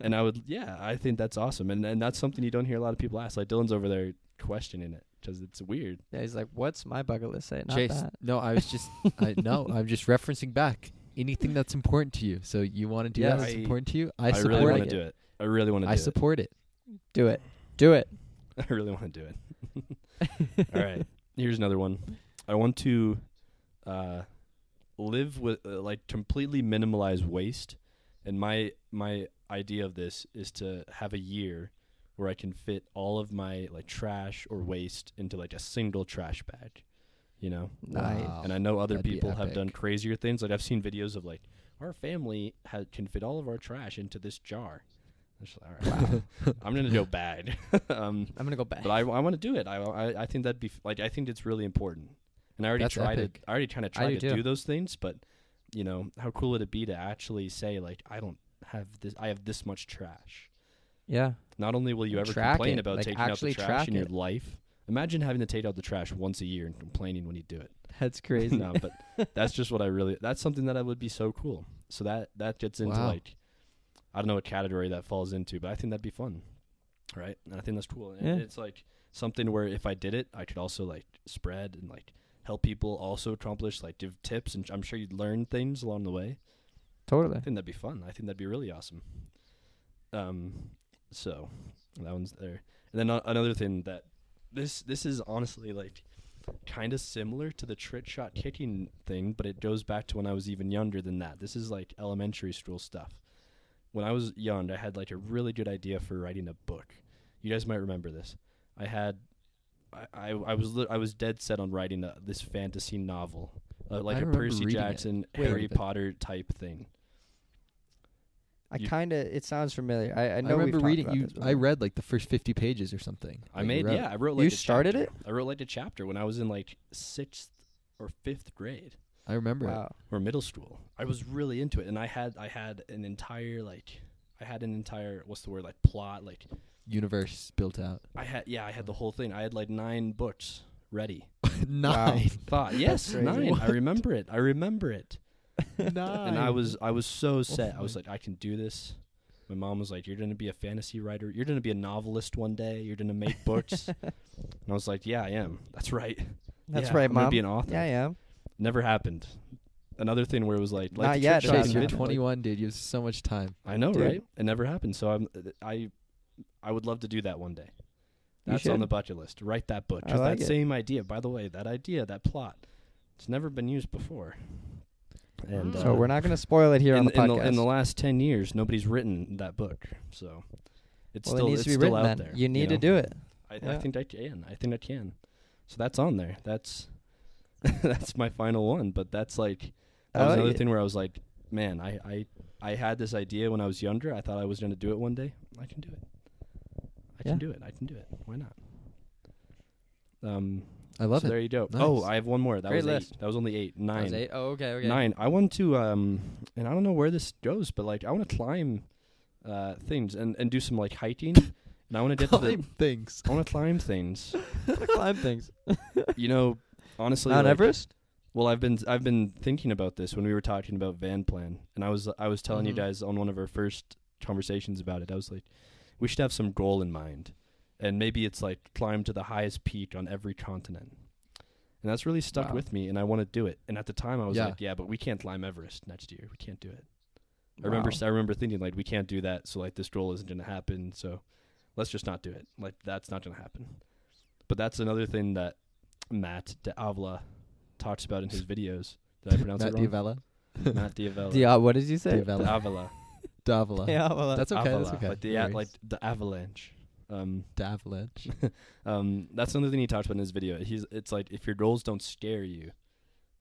Speaker 1: and I would, yeah, I think that's awesome, and and that's something you don't hear a lot of people ask. Like Dylan's over there questioning it because it's weird.
Speaker 2: Yeah, he's like, what's my bucket list say? Not
Speaker 3: Chase,
Speaker 2: that.
Speaker 3: no, I was just, I no, I'm just referencing back. Anything that's important to you. So you want to do
Speaker 2: Yeah,
Speaker 3: that? That's
Speaker 1: I-
Speaker 3: important to you. I, support
Speaker 1: really want
Speaker 3: it.
Speaker 1: to do it. I really want to.
Speaker 3: I
Speaker 1: do
Speaker 3: support it.
Speaker 2: Do it. Do it.
Speaker 1: It. I really want to do it. All right. Here's another one. I want to uh, live with uh, like completely minimalize waste, and my my idea of this is to have a year where I can fit all of my like trash or waste into like a single trash bag, you know.
Speaker 2: Nice.
Speaker 3: Wow.
Speaker 1: And I know other
Speaker 3: That'd be
Speaker 1: people have
Speaker 3: epic.
Speaker 1: done crazier things. Like I've seen videos of like our family ha- can fit all of our trash into this jar. I'm just like, all right, I'm gonna go bad. um,
Speaker 2: I'm gonna go back.
Speaker 1: but I, I want to do it. I, I I think that'd be f- like I think it's really important. And I already
Speaker 3: That's
Speaker 1: tried
Speaker 3: epic.
Speaker 1: it. I already kind of tried
Speaker 2: do
Speaker 1: to
Speaker 2: too.
Speaker 1: do those things, but you know how cool it'd be to actually say like I don't have this. I have this much trash.
Speaker 2: yeah.
Speaker 1: Not only will you ever
Speaker 2: Track
Speaker 1: complain
Speaker 2: it,
Speaker 1: about
Speaker 2: like,
Speaker 1: taking out
Speaker 2: actually
Speaker 1: the trash
Speaker 2: track
Speaker 1: in your
Speaker 2: it.
Speaker 1: life, imagine having to take out the trash once a year and complaining when you do it.
Speaker 2: That's crazy.
Speaker 1: no, but that's just what I really. That's something that I would be so cool. So that that gets into
Speaker 3: Wow.
Speaker 1: like I don't know what category that falls into, but I think that'd be fun, right? And I think that's cool. And
Speaker 2: Yeah.
Speaker 1: it's like something where if I did it, I could also like spread and like help people also accomplish like give tips, and I'm sure you'd learn things along the way.
Speaker 2: Totally.
Speaker 1: I think that'd be fun. I think that'd be really awesome. Um, so that one's there. And then a- another thing that this this is honestly like kind of similar to the trick shot kicking thing, but it goes back to when I was even younger than that. This is like elementary school stuff. When I was young, I had like a really good idea for writing a book. You guys might remember this. I had. I, I, I was li- I was dead set on writing a, this fantasy novel, uh, like a
Speaker 3: remember
Speaker 1: Percy
Speaker 3: reading it.
Speaker 1: Jackson,
Speaker 3: Wait.
Speaker 1: Harry
Speaker 3: But-
Speaker 1: Potter type thing.
Speaker 2: I
Speaker 1: You-
Speaker 2: kind of. It sounds familiar. I, I know.
Speaker 3: I remember
Speaker 2: we've talked
Speaker 3: reading
Speaker 2: about
Speaker 3: you.
Speaker 2: this
Speaker 3: I
Speaker 2: before.
Speaker 3: read like the first fifty pages or something.
Speaker 1: I
Speaker 3: that you
Speaker 1: made
Speaker 3: wrote.
Speaker 1: yeah. I wrote
Speaker 2: You
Speaker 1: like a
Speaker 2: started
Speaker 1: chapter. I wrote like a chapter when I was in like sixth or fifth grade
Speaker 3: I remember it.
Speaker 2: Wow.
Speaker 1: or middle school. I was really into it, and I had I had an entire like I had an entire what's the word like plot like
Speaker 3: universe built out.
Speaker 1: I had yeah I had the whole thing. I had like nine books ready.
Speaker 3: Nine,
Speaker 1: Thought yes
Speaker 2: crazy.
Speaker 1: nine. I remember it. I remember it.
Speaker 3: nine.
Speaker 1: And I was I was so set. I was
Speaker 3: my-
Speaker 1: like I can do this. My mom was like, "You're gonna be a fantasy writer. You're gonna be a novelist one day. You're gonna make books." and I was like, "Yeah, I am. That's right.
Speaker 2: That's
Speaker 1: Yeah,
Speaker 2: right,
Speaker 1: I'm
Speaker 2: mom.
Speaker 1: Gonna be an author.
Speaker 2: yeah, I am.
Speaker 1: Never happened. Another thing where it was like, like
Speaker 2: Not
Speaker 1: the
Speaker 2: yet,
Speaker 1: trick shot
Speaker 2: Jason.
Speaker 3: You're
Speaker 1: video.
Speaker 2: Like-
Speaker 3: 21, dude. You have so much time.
Speaker 1: I know,
Speaker 2: Dude.
Speaker 1: right? It never happened. So I'm, I, I would love to do that one day. That's on
Speaker 2: should.
Speaker 1: the bucket list. Write that book.
Speaker 2: I
Speaker 1: 'Cause
Speaker 2: like
Speaker 1: that
Speaker 2: it.
Speaker 1: same idea, by the way, that idea, that plot, it's never been used before. And
Speaker 2: So
Speaker 1: uh,
Speaker 2: we're not going to spoil it here on
Speaker 1: in,
Speaker 2: the
Speaker 1: in
Speaker 2: podcast.
Speaker 1: in the last ten years, nobody's written that book. So it's
Speaker 2: well,
Speaker 1: still
Speaker 2: it needs
Speaker 1: it's
Speaker 2: to be
Speaker 1: still
Speaker 2: written.
Speaker 1: out
Speaker 2: then.
Speaker 1: there.
Speaker 2: you need
Speaker 1: know?
Speaker 2: to do it.
Speaker 1: I, I
Speaker 2: Yeah.
Speaker 1: think I can. I think I can. So that's on there. That's that's my final one. But that's like that
Speaker 2: I
Speaker 1: was
Speaker 2: like
Speaker 1: another
Speaker 2: it.
Speaker 1: thing where I was like, man, I, I I had this idea when I was younger. I thought I was going to do it one day. I can do it. I
Speaker 2: Yeah.
Speaker 1: can do it. I can do it. Why not? Um.
Speaker 3: I love
Speaker 1: so
Speaker 3: it.
Speaker 1: There you go.
Speaker 3: Nice.
Speaker 1: Oh, I have one more. That
Speaker 2: Great
Speaker 1: was
Speaker 2: list.
Speaker 1: eight. That was only eight. Nine.
Speaker 2: Oh, okay,
Speaker 1: Nine. I want to um, and I don't know where this goes, but like I want to climb, uh, things and and do some like hiking, and I want to get to the
Speaker 3: Climb things.
Speaker 1: I want to climb things.
Speaker 2: Climb things.
Speaker 1: You know, honestly,
Speaker 2: Mount
Speaker 1: like-
Speaker 2: Everest.
Speaker 1: Well, I've been I've been thinking about this when we were talking about Van Plan, and I was I was telling
Speaker 3: Mhm.
Speaker 2: Mm-hmm.
Speaker 1: you guys on one of our first conversations about it. I was like, we should have some goal in mind, and maybe it's like climb to the highest peak on every continent. And that's really stuck
Speaker 2: Wow.
Speaker 1: with me, and I want to do it. And at the time, I was
Speaker 3: Yeah.
Speaker 1: like, "Yeah, but we can't climb Everest next year. We can't do it." I remember I remember thinking like, "We can't do that, so like this goal isn't going to happen. So let's just not do it. Like that's not going to happen." But that's another thing that Matt Diavla talks about in his videos. Did I pronounce
Speaker 3: Matt
Speaker 1: it wrong?
Speaker 3: Diavella.
Speaker 1: Matt Diavela.
Speaker 2: Dia- uh, what did you say?
Speaker 3: Diavella.
Speaker 1: Diavela.
Speaker 3: Davila.
Speaker 2: Yeah, well, uh,
Speaker 3: That's okay. That's
Speaker 1: Avala,
Speaker 3: okay.
Speaker 1: Like the
Speaker 3: No
Speaker 1: a-
Speaker 3: worries.
Speaker 1: like the avalanche. Um,
Speaker 3: Davlage.
Speaker 1: um, that's another thing he talks about in his video. He's it's like if your goals don't scare you,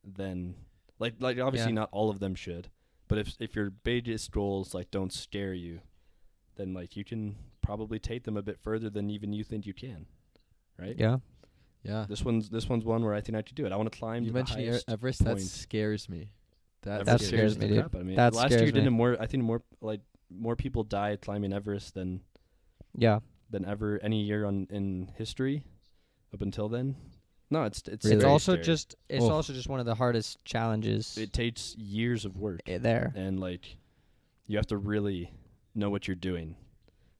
Speaker 1: then like like obviously
Speaker 3: Yeah.
Speaker 1: not all of them should, but if if your biggest goals like don't scare you, then like you can probably take them a bit further than even you think you can. Right.
Speaker 2: yeah.
Speaker 3: Yeah.
Speaker 1: This one's this one's one where I think I could do it. I want to climb.
Speaker 3: You
Speaker 1: to the
Speaker 3: mentioned
Speaker 1: highest
Speaker 3: E- Everest. That
Speaker 1: point.
Speaker 3: scares me. That,
Speaker 2: uh, That
Speaker 1: Everest
Speaker 2: scares
Speaker 1: the
Speaker 2: me, dude.
Speaker 1: crap out of me.
Speaker 2: That
Speaker 1: Last
Speaker 2: scares
Speaker 1: year, didn't
Speaker 2: me.
Speaker 1: more. I think more like more people died climbing Everest than
Speaker 2: Yeah.
Speaker 1: than ever any year on in history up until then. No, it's it's
Speaker 3: Really?
Speaker 2: It's
Speaker 1: very
Speaker 2: also
Speaker 1: scary.
Speaker 2: just it's
Speaker 3: Oof.
Speaker 2: also just one of the hardest challenges
Speaker 1: it takes years of work
Speaker 2: i- there.
Speaker 1: and like you have to really know what you're doing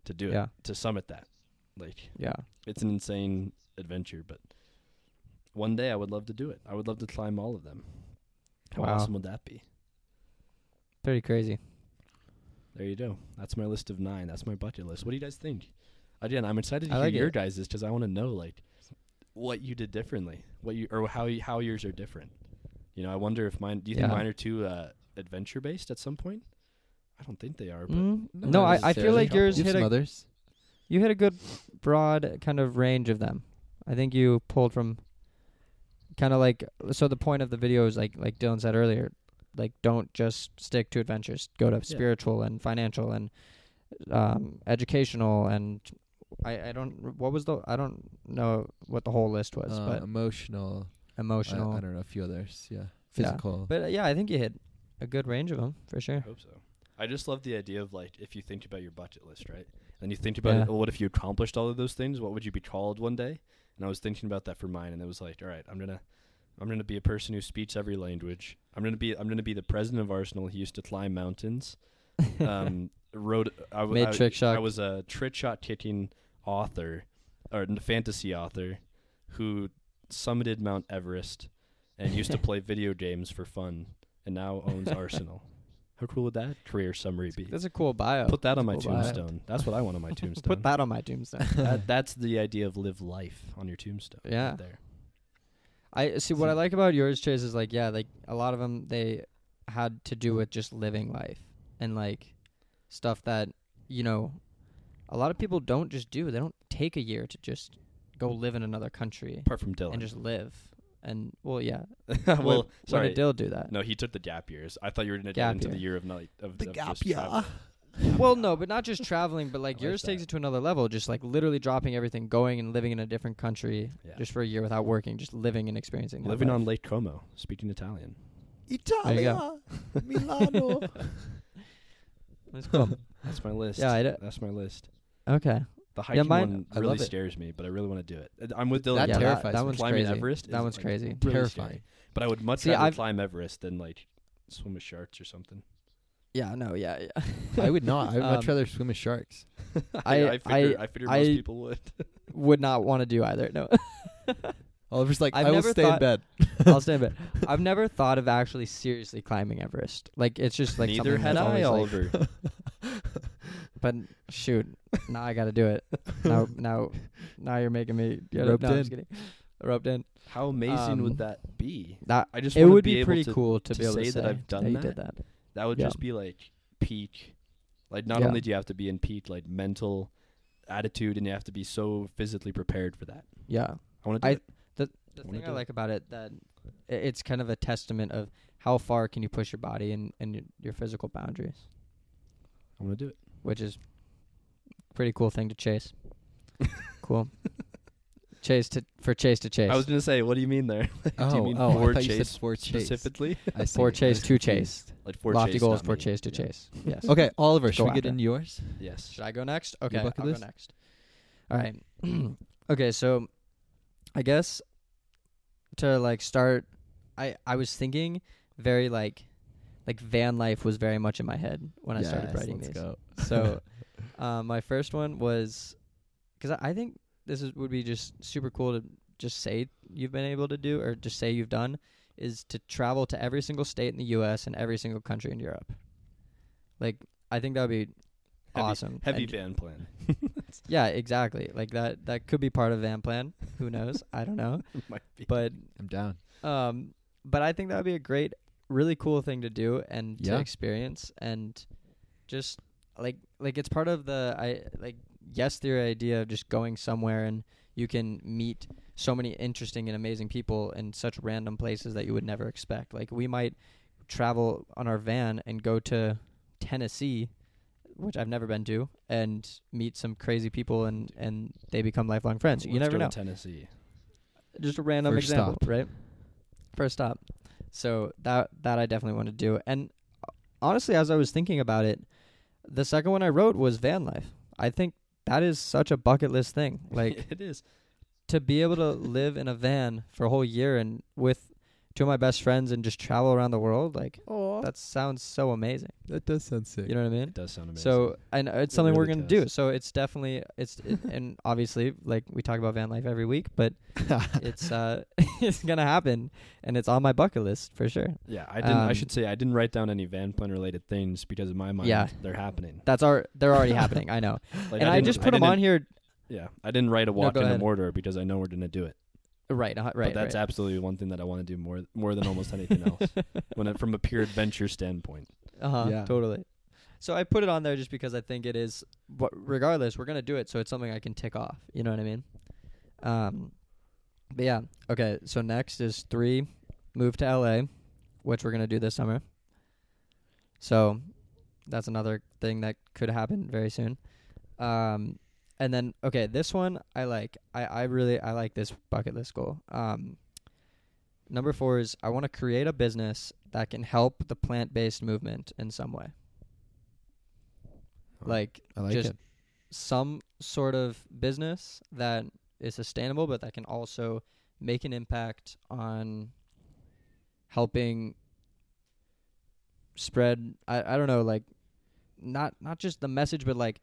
Speaker 1: to do
Speaker 2: Yeah.
Speaker 1: it to summit that. Like
Speaker 2: Yeah.
Speaker 1: it's an insane adventure, but one day I would love to do it. I would love to climb all of them. How
Speaker 2: Wow.
Speaker 1: awesome would that be?
Speaker 2: Pretty crazy.
Speaker 1: There you go. That's my list of nine. That's my bucket list. What do you guys think? Again, I'm excited to
Speaker 2: I
Speaker 1: hear
Speaker 2: like
Speaker 1: your
Speaker 2: it.
Speaker 1: guys' because I want to know like what you did differently, what you or how you, how yours are different. You know, I wonder if mine. Do you
Speaker 2: Yeah.
Speaker 1: think mine are too uh, adventure based at some point? I don't think they are. But
Speaker 2: Mm,
Speaker 3: No,
Speaker 2: no,
Speaker 3: not
Speaker 2: I, I feel
Speaker 1: necessarily.
Speaker 2: like yours
Speaker 1: You've
Speaker 2: hit
Speaker 3: some
Speaker 2: a,
Speaker 3: others.
Speaker 2: you hit a good broad kind of range of them. I think you pulled from kind of like so the point of the video is like like Dylan said earlier, like don't just stick to adventures. Go to spiritual and financial and um, educational and I, I don't what was the I don't know what the whole list was,
Speaker 3: Uh,
Speaker 2: but
Speaker 3: emotional. I, I
Speaker 2: emotional.
Speaker 3: don't know. A few others. Yeah.
Speaker 2: Yeah.
Speaker 3: Physical.
Speaker 2: But uh, yeah, I think you hit a good range of them for
Speaker 1: I
Speaker 2: sure.
Speaker 1: hope so. I just love the idea of like if you think about your bucket list, right? And you think about
Speaker 2: Yeah.
Speaker 1: it, well, what if you accomplished all of those things? What would you be called one day? And I was thinking about that for mine, and it was like, all right, I'm gonna, I'm gonna be a person who speaks every language. I'm gonna be, I'm gonna be the president of Arsenal. He used to climb mountains.
Speaker 3: Uh,
Speaker 1: Um, rode. I w-
Speaker 2: Made
Speaker 1: I-
Speaker 2: trick shot.
Speaker 1: I was a trick shot kicking author, or n- fantasy author, who summited Mount Everest, and used to play video games for fun, and now owns Arsenal. How cool would that career summary be?
Speaker 2: That's a cool bio.
Speaker 1: Put that on my
Speaker 2: That's cool bio.
Speaker 1: tombstone. That's what I want on my tombstone.
Speaker 2: Put that on my tombstone.
Speaker 1: That- that's the idea of live life on your tombstone. right
Speaker 2: Yeah.
Speaker 1: there.
Speaker 2: I see what I like about yours, Chase, is like yeah, like a lot of them they had to do with just living life and like stuff that you know a lot of people don't just do. They don't take a year to just go live in another country
Speaker 1: Apart from Dylan.
Speaker 2: and just live. And well, yeah.
Speaker 1: well,
Speaker 2: when- when
Speaker 1: sorry.
Speaker 2: did Dill do that?
Speaker 1: no, he took the gap years. I thought you were going to
Speaker 2: Gap
Speaker 1: get into the
Speaker 2: year.
Speaker 1: year of night of
Speaker 3: The
Speaker 1: of
Speaker 3: gap
Speaker 1: just
Speaker 3: year.
Speaker 1: traveling.
Speaker 2: Well, no, but not just traveling, but like
Speaker 1: I like
Speaker 2: yours takes
Speaker 1: that.
Speaker 2: it to another level. Just like literally dropping everything, going and living in a different country
Speaker 1: Yeah.
Speaker 2: just for a year without working, just living and experiencing. that
Speaker 1: living
Speaker 2: life.
Speaker 1: on Lake Como, speaking Italian.
Speaker 2: Italia,
Speaker 3: Milano.
Speaker 2: That's cool.
Speaker 1: That's my list.
Speaker 2: Yeah, I d-
Speaker 1: that's my list.
Speaker 2: okay.
Speaker 1: The hiking
Speaker 2: mine-
Speaker 1: one
Speaker 3: I love
Speaker 1: really
Speaker 3: it.
Speaker 1: scares me, but I really want to do it. Uh, I'm with Dylan.
Speaker 3: That
Speaker 2: yeah,
Speaker 3: terrifies
Speaker 2: that,
Speaker 3: me.
Speaker 2: that one's
Speaker 1: climbing
Speaker 2: crazy.
Speaker 1: Everest.
Speaker 2: That
Speaker 1: is,
Speaker 2: one's
Speaker 1: like,
Speaker 2: crazy.
Speaker 1: really
Speaker 3: Terrifying.
Speaker 1: scary. But I would much
Speaker 2: See,
Speaker 1: rather
Speaker 2: I've-
Speaker 1: climb Everest than like swim with sharks or something.
Speaker 2: Yeah, no, yeah, yeah.
Speaker 3: I would not. I would much
Speaker 2: Um,
Speaker 3: rather swim with sharks.
Speaker 2: I-
Speaker 1: I figure,
Speaker 2: I-
Speaker 1: I figure
Speaker 2: I-
Speaker 1: most people would.
Speaker 2: would not want to do either. No,
Speaker 3: Oliver's like,
Speaker 2: I've
Speaker 3: I will
Speaker 2: never
Speaker 3: stay
Speaker 2: thought-
Speaker 3: in bed.
Speaker 2: I'll stay in bed. I've never thought of actually seriously climbing Everest. Like it's just like
Speaker 1: Neither
Speaker 2: something
Speaker 1: had
Speaker 2: that's
Speaker 1: I,
Speaker 2: always, like-
Speaker 1: Oliver.
Speaker 2: but shoot, now I got to do it. Now, now, now you're making me get
Speaker 3: Roped
Speaker 2: no, I'm just
Speaker 3: in.
Speaker 2: kidding. Roped in.
Speaker 1: How amazing
Speaker 2: Um,
Speaker 1: would that be?
Speaker 2: That
Speaker 1: I just
Speaker 2: it
Speaker 1: wanna
Speaker 2: would
Speaker 1: be,
Speaker 2: be,
Speaker 1: able
Speaker 2: pretty
Speaker 1: to-
Speaker 2: cool to,
Speaker 1: to
Speaker 2: be able to
Speaker 1: say that I've done
Speaker 2: you
Speaker 1: that.
Speaker 2: did that.
Speaker 1: That would
Speaker 2: Yeah.
Speaker 1: just be like peak. Like not
Speaker 2: Yeah.
Speaker 1: only do you have to be in peak like mental attitude, and you have to be so physically prepared for that.
Speaker 2: Yeah.
Speaker 1: I want to do
Speaker 2: I-
Speaker 1: it.
Speaker 2: The
Speaker 1: Wanna
Speaker 2: thing I
Speaker 1: do it.
Speaker 2: like about it that i- it's kind of a testament of how far can you push your body and and your, your physical boundaries,
Speaker 1: I want to do it.
Speaker 2: which is pretty cool thing to chase. cool. Chase to for chase to chase.
Speaker 1: I was gonna say, what do you mean there? do you
Speaker 3: oh,
Speaker 1: mean
Speaker 3: oh,
Speaker 1: for
Speaker 3: I thought you
Speaker 1: chase
Speaker 3: said for chase.
Speaker 1: specifically?
Speaker 3: I see.
Speaker 2: for
Speaker 3: I
Speaker 2: chase
Speaker 3: was
Speaker 2: to
Speaker 3: confused.
Speaker 2: chase.
Speaker 1: like for
Speaker 2: Lofty
Speaker 1: chase,
Speaker 2: goals
Speaker 1: not
Speaker 2: for
Speaker 1: me.
Speaker 2: chase to
Speaker 1: Yeah.
Speaker 2: chase. Yes.
Speaker 3: Okay, Oliver, should
Speaker 2: Go
Speaker 3: we get
Speaker 2: after.
Speaker 3: in yours?
Speaker 1: Yes.
Speaker 2: Should I go next? Okay, I'll
Speaker 3: bucket
Speaker 2: go
Speaker 3: list?
Speaker 2: next. All right. okay, so I guess to like start, I I was thinking very like like van life was very much in my head when I started
Speaker 3: Yes,
Speaker 2: writing
Speaker 3: let's
Speaker 2: these.
Speaker 3: go.
Speaker 2: So um, my first one was because I, I think this is, would be just super cool to just say you've been able to do or just say you've done is to travel to every single state in the U.S. and every single country in Europe. Like I think that would be
Speaker 1: Heavy-
Speaker 2: awesome.
Speaker 1: Heavy
Speaker 2: and-
Speaker 1: van plan.
Speaker 2: yeah, exactly. Like that that could be part of Van Plan. Who knows? I don't know.
Speaker 1: Might be.
Speaker 2: But
Speaker 3: I'm down.
Speaker 2: um but I think that would be a great really cool thing to do and
Speaker 3: Yeah.
Speaker 2: to experience and just like like it's part of the I like yes theory idea of just going somewhere and you can meet so many interesting and amazing people in such random places that you would never expect. Like we might travel on our van and go to Tennessee, which I've never been to, and meet some crazy people and and they become lifelong friends. You
Speaker 1: Let's
Speaker 2: never
Speaker 1: go to
Speaker 2: know
Speaker 1: Tennessee.
Speaker 2: just a random
Speaker 3: First
Speaker 2: example,
Speaker 3: stop.
Speaker 2: right? First stop. So that that I definitely want to do. And uh, honestly, as I was thinking about it, the second one I wrote was van life. I think that is such a bucket list thing. Like
Speaker 1: it is.
Speaker 2: to be able to live in a van for a whole year and with two of my best friends and just travel around the world, like
Speaker 3: Oh,
Speaker 2: that sounds so amazing.
Speaker 3: that does sound sick.
Speaker 2: You know what I mean?
Speaker 1: It does sound amazing.
Speaker 2: So and uh, it's
Speaker 1: It
Speaker 2: something we're
Speaker 1: really
Speaker 2: gonna do.
Speaker 1: does.
Speaker 2: So it's definitely it's it, and obviously like we talk about van life every week, but it's uh it's gonna happen and it's on my bucket list for sure.
Speaker 1: yeah, I didn't. I
Speaker 2: um,
Speaker 1: should say I didn't write down any van plan related things because in my mind
Speaker 2: Yeah.
Speaker 1: they're happening.
Speaker 2: That's our they're already happening. I know,
Speaker 1: Like,
Speaker 2: and I,
Speaker 1: didn't-
Speaker 2: just put them
Speaker 1: didn't-
Speaker 2: on here.
Speaker 1: Yeah, I didn't write a walk
Speaker 2: go
Speaker 1: in
Speaker 2: ahead.
Speaker 1: the mortar because I know we're gonna do it.
Speaker 2: Right, uh,
Speaker 1: but
Speaker 2: right.
Speaker 1: that's
Speaker 2: right.
Speaker 1: absolutely one thing that I want to do more more than almost anything else. When it, from a pure adventure standpoint,
Speaker 2: uh huh.
Speaker 3: Yeah.
Speaker 2: Totally. So I put it on there just because I think it is. But regardless, we're gonna do it, so it's something I can tick off. You know what I mean? Um, but yeah. Okay. So next is three, move to LA, which we're gonna do this summer. So that's another thing that could happen very soon. Um, and then okay, this one I like. I I really I like this bucket list goal. Um, number four is I want to create a business that can help the plant based movement in some way.
Speaker 3: Huh.
Speaker 2: Like
Speaker 3: I like
Speaker 2: just
Speaker 3: it.
Speaker 2: some sort of business that is sustainable but that can also make an impact on helping spread I, I don't know like not not just the message but like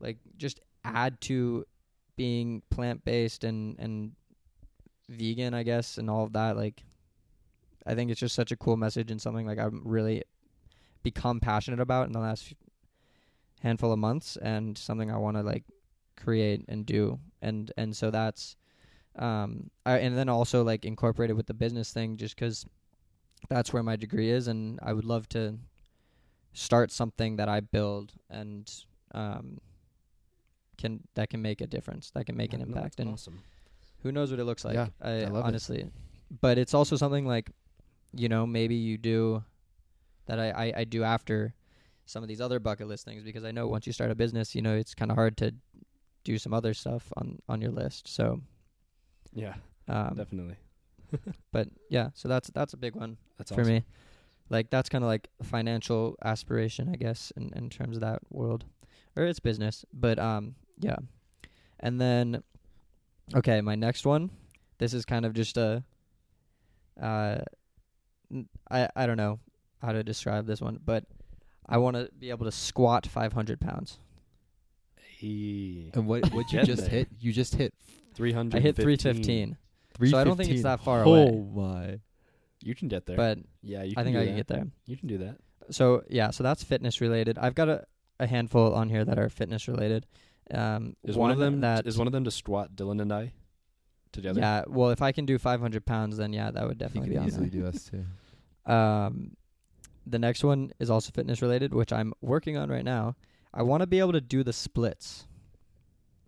Speaker 2: like just add to being plant based and and vegan I guess and all of that like I think it's just such a cool message and something like I've really become passionate about in the last few handful of months and something I want to like create and do and and so that's um I, and then also like incorporate it with the business thing just 'cause that's where my degree is and I would love to start something that I build and um can that can make a difference that can make an
Speaker 1: No, that's
Speaker 2: impact and
Speaker 1: awesome.
Speaker 2: who knows what it looks like?
Speaker 3: Yeah,
Speaker 2: I,
Speaker 3: I love it.
Speaker 2: honestly, but it's also something like, you know, maybe you do that. I, I I do after some of these other bucket list things because I know once you start a business, you know, it's kind of hard to do some other stuff on on your list. So,
Speaker 1: Yeah,
Speaker 2: um,
Speaker 1: definitely.
Speaker 2: but yeah, so that's that's a big one
Speaker 1: That's
Speaker 2: for
Speaker 1: awesome.
Speaker 2: me. Like that's kind of like financial aspiration, I guess, in in terms of that world, or it's business. But um, yeah, and then, okay, my next one. This is kind of just a, uh, n- I I don't know how to describe this one, but I want to be able to squat 500 pounds.
Speaker 1: Hey.
Speaker 3: And what what you
Speaker 1: Get
Speaker 3: just
Speaker 1: there.
Speaker 3: hit? You just hit
Speaker 2: Oh, I
Speaker 1: 315.
Speaker 2: hit 315, so I don't think it's
Speaker 3: 315.
Speaker 2: that far
Speaker 3: oh
Speaker 2: away,
Speaker 3: my!
Speaker 1: You can get there.
Speaker 2: but
Speaker 1: yeah, you can
Speaker 2: I think
Speaker 1: do
Speaker 2: I
Speaker 1: that.
Speaker 2: can get there.
Speaker 1: You can do that.
Speaker 2: so yeah, so that's fitness related. I've got a, a handful on here that are fitness related. Um,
Speaker 1: Is one, of them
Speaker 2: that
Speaker 1: is one of them to squat Dylan and I together?
Speaker 2: yeah. Well, if I can do 500 pounds, then yeah, that would
Speaker 3: You
Speaker 2: definitely be
Speaker 3: can
Speaker 2: on
Speaker 3: easily
Speaker 2: there.
Speaker 3: do us too.
Speaker 2: Um, the next one is also fitness related, which I'm working on right now. I want to be able to do the splits.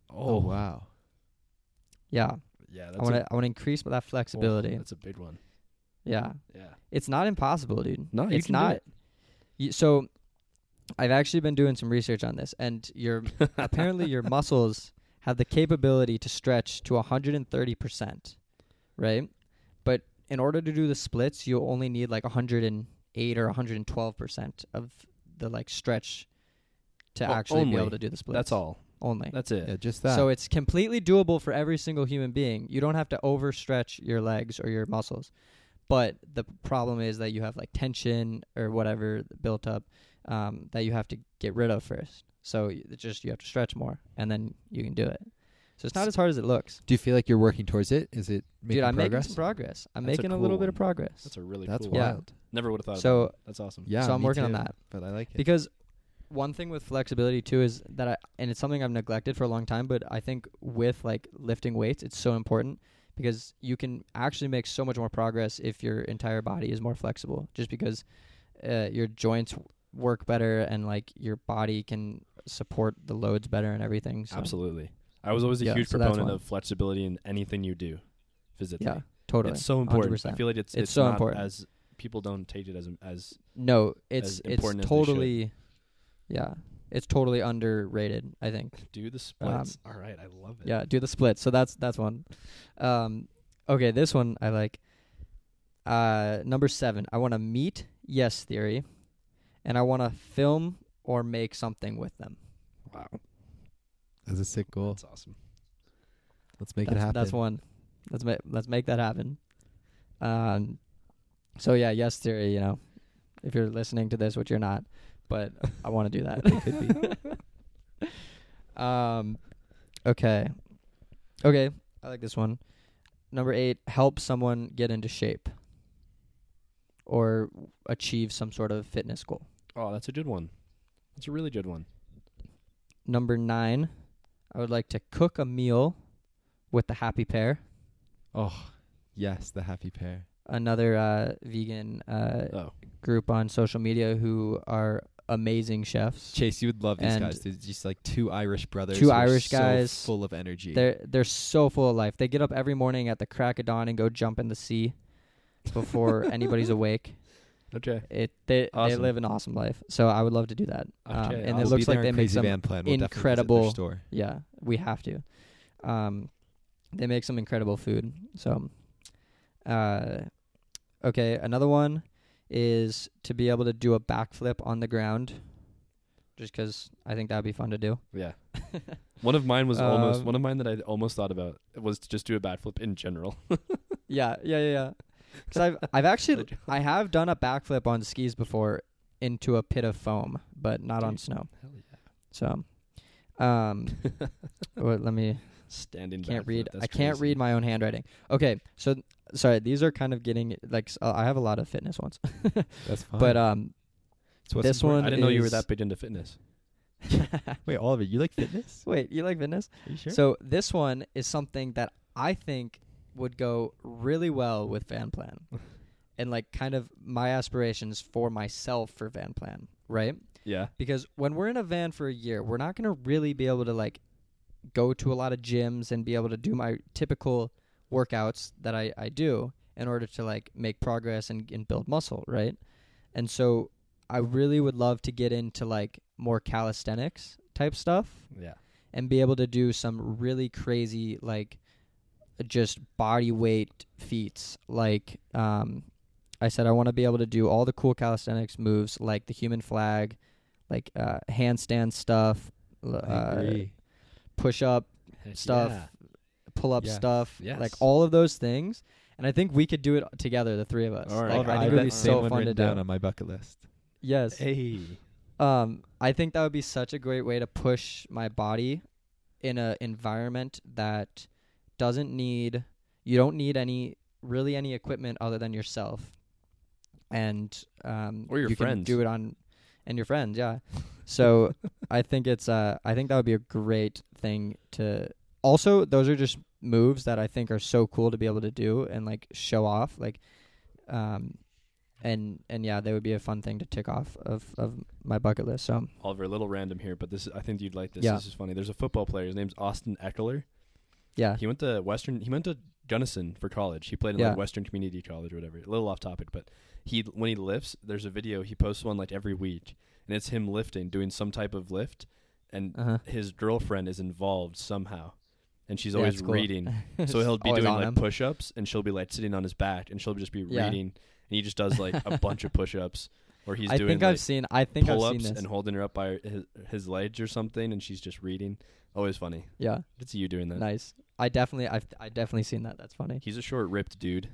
Speaker 3: Oh, wow!
Speaker 2: Yeah,
Speaker 1: Yeah,
Speaker 2: I
Speaker 1: that's
Speaker 2: want
Speaker 1: a,
Speaker 2: to. I want to increase that
Speaker 1: oh,
Speaker 2: flexibility.
Speaker 1: that's a big one.
Speaker 2: yeah,
Speaker 1: Yeah.
Speaker 2: it's not impossible, dude.
Speaker 1: No, you
Speaker 2: it's
Speaker 1: can do
Speaker 2: not.
Speaker 1: it.
Speaker 2: You, so, I've actually been doing some research on this, and your apparently your muscles have the capability to stretch to 130 percent, right? But in order to do the splits, you only need like 108 or 112 percent of the like stretch to
Speaker 1: O-
Speaker 2: actually be able
Speaker 1: only.
Speaker 2: to do the splits.
Speaker 1: That's all.
Speaker 2: Only.
Speaker 1: That's it.
Speaker 3: Yeah, just that.
Speaker 2: So it's completely doable for every single human being. You don't have to overstretch your legs or your muscles. But the problem is that you have like tension or whatever built up um, that you have to get rid of first. So y- it's just you have to stretch more and then you can do it. So it's not as hard as it looks.
Speaker 3: do you feel like you're working towards it? Is it making
Speaker 2: Dude, I'm
Speaker 3: progress?
Speaker 2: making some progress. I'm
Speaker 1: That's a
Speaker 2: making a,
Speaker 1: cool
Speaker 2: little bit of
Speaker 1: one.
Speaker 2: progress.
Speaker 1: That's a really
Speaker 3: That's
Speaker 1: cool.
Speaker 2: Yeah.
Speaker 1: one.
Speaker 3: wild.
Speaker 1: Never would have thought
Speaker 2: So-
Speaker 1: of that. That's awesome.
Speaker 3: Yeah.
Speaker 2: so I'm
Speaker 3: me
Speaker 2: working on
Speaker 3: too,
Speaker 2: that.
Speaker 3: but I like it.
Speaker 2: Because one thing with flexibility too is that I and it's something I've neglected for a long time, but I think with like lifting weights, it's so important because you can actually make so much more progress if your entire body is more flexible just because uh, your joints w- work better and like your body can support the loads better and everything. So,
Speaker 1: Absolutely. I was always a
Speaker 2: Yeah,
Speaker 1: huge
Speaker 2: so that's
Speaker 1: proponent
Speaker 2: one.
Speaker 1: of flexibility in anything you do physically.
Speaker 2: Yeah, totally.
Speaker 1: It's so important. I
Speaker 2: 100%.
Speaker 1: feel like it's
Speaker 2: It's so
Speaker 1: not
Speaker 2: important.
Speaker 1: as people don't take it as as
Speaker 2: no, it's
Speaker 1: as
Speaker 2: it's
Speaker 1: important as they should.
Speaker 2: totally yeah. It's totally underrated, I think.
Speaker 1: do the splits. All right, I love it.
Speaker 2: Um, Yeah, do the split. So that's that's one. Um, okay, this one I like. Uh, number seven. I want to meet Yes Theory, and I want to film or make something with them.
Speaker 1: Wow.
Speaker 3: that's a sick goal.
Speaker 1: That's awesome.
Speaker 3: Let's make it
Speaker 2: that's,
Speaker 3: happen.
Speaker 2: That's one. Let's make let's make that happen. Um, so yeah, Yes Theory. You know, if you're listening to this, which you're not, but I want to do that. Um, okay. Okay, I like this one. Number eight, help someone get into shape or achieve some sort of fitness goal.
Speaker 1: Oh, that's a good one. That's a really good one.
Speaker 2: Number nine, I would like to cook a meal with the happy pair,
Speaker 3: Oh, yes, the happy pair.
Speaker 2: another uh, vegan uh,
Speaker 1: Oh,
Speaker 2: group on social media who are amazing chefs.
Speaker 3: Chase, you would love these
Speaker 2: And-
Speaker 3: guys. They're just like two Irish brothers.
Speaker 2: Two
Speaker 3: who are
Speaker 2: Irish
Speaker 3: so
Speaker 2: guys.
Speaker 3: full of energy.
Speaker 2: They're they're so full of life. They get up every morning at the crack of dawn and go jump in the sea before anybody's awake.
Speaker 1: Okay.
Speaker 2: It they they
Speaker 1: Awesome.
Speaker 2: live an awesome life. So I would love to do that. Um,
Speaker 1: Okay,
Speaker 2: and
Speaker 1: I'll
Speaker 2: it
Speaker 1: be
Speaker 2: looks like they make
Speaker 3: crazy
Speaker 2: some
Speaker 3: van plan. We'll definitely visit their
Speaker 2: incredible-
Speaker 3: store.
Speaker 2: Yeah, we have to. Um, they make some incredible food. So, uh, okay, another one is to be able to do a backflip on the ground, just 'cause I think that would be fun to do.
Speaker 1: Yeah. one of mine was almost
Speaker 2: Um,
Speaker 1: one of mine that I almost thought about was to just do a backflip in general.
Speaker 2: Yeah, yeah, yeah, yeah. Because I've I've actually I have done a backflip on skis before into a pit of foam, but not on
Speaker 1: Dude.
Speaker 2: snow.
Speaker 1: Hell yeah.
Speaker 2: So, um, wait, let me
Speaker 1: Standing.
Speaker 2: can't
Speaker 1: backflip,
Speaker 2: read.
Speaker 1: that's
Speaker 2: I can't
Speaker 1: crazy.
Speaker 2: read my own handwriting. Okay, so sorry. These are kind of getting like s- uh, I have a lot of fitness ones,
Speaker 3: That's fine.
Speaker 2: but um,
Speaker 3: It's what's
Speaker 2: this
Speaker 3: important.
Speaker 1: I
Speaker 2: one
Speaker 1: didn't know you were
Speaker 2: is-
Speaker 1: that big into fitness.
Speaker 3: Wait, Oliver, you like fitness?
Speaker 2: wait, you like fitness?
Speaker 3: Are you sure?
Speaker 2: So this one is something that I think would go really well with Van Plan, and like kind of my aspirations for myself for Van Plan, right?
Speaker 1: Yeah.
Speaker 2: Because when we're in a van for a year, we're not gonna really be able to like go to a lot of gyms and be able to do my typical workouts that I, I do in order to like make progress and, and build muscle, right? And so I really would love to get into like more calisthenics type stuff
Speaker 1: Yeah.
Speaker 2: and be able to do some really crazy like just body weight feats like um i said i want to be able to do all the cool calisthenics moves like the human flag like uh handstand stuff l- uh, push up stuff pull up
Speaker 3: Yeah.
Speaker 2: stuff like
Speaker 1: Yes.
Speaker 2: all of those things and i think we could do it together the three of us
Speaker 1: All right.
Speaker 2: like,
Speaker 3: Oliver,
Speaker 2: i
Speaker 3: I
Speaker 2: think
Speaker 3: have
Speaker 2: it would
Speaker 3: that
Speaker 2: be
Speaker 3: same
Speaker 2: so
Speaker 3: one
Speaker 2: fun to
Speaker 3: written
Speaker 2: do
Speaker 3: down on my bucket list.
Speaker 2: yes
Speaker 1: Hey.
Speaker 2: um, I think that would be such a great way to push my body in a environment that doesn't need you don't need any really any equipment other than yourself, and um,
Speaker 1: Or your
Speaker 2: you
Speaker 1: friends.
Speaker 2: can do it on and your friends, yeah. So I think it's uh, I think that would be a great thing to. Also, those are just moves that I think are so cool to be able to do and like show off, like, um, and and yeah, they would be a fun thing to tick off of of my bucket list. So
Speaker 1: Oliver, a little random here, but this is, I think you'd like this.
Speaker 2: Yeah.
Speaker 1: This is funny. There's a football player. His name's Austin Eckler.
Speaker 2: yeah,
Speaker 1: He went to Western. He went to Gunnison for college. He played in
Speaker 2: Yeah.
Speaker 1: like Western Community College or whatever. A little off topic, but he when he lifts, there's a video he posts one like every week, and it's him lifting, doing some type of lift, and
Speaker 2: uh huh.
Speaker 1: his girlfriend is involved somehow, and she's always reading. So he'll be
Speaker 2: Always
Speaker 1: doing
Speaker 2: on
Speaker 1: like
Speaker 2: him.
Speaker 1: push-ups, and she'll be like sitting on his back, and she'll just be
Speaker 2: Yeah.
Speaker 1: reading, and he just does like a bunch of push-ups, where he's
Speaker 2: I
Speaker 1: doing
Speaker 2: think
Speaker 1: like,
Speaker 2: I've seen. I think I've
Speaker 1: pull
Speaker 2: seen
Speaker 1: ups
Speaker 2: this.
Speaker 1: and holding her up by his, his legs or something, and she's just reading. Always funny.
Speaker 2: yeah,
Speaker 1: It's you doing that.
Speaker 2: nice. I definitely, I've, I definitely seen that. That's funny.
Speaker 1: He's a short, ripped dude.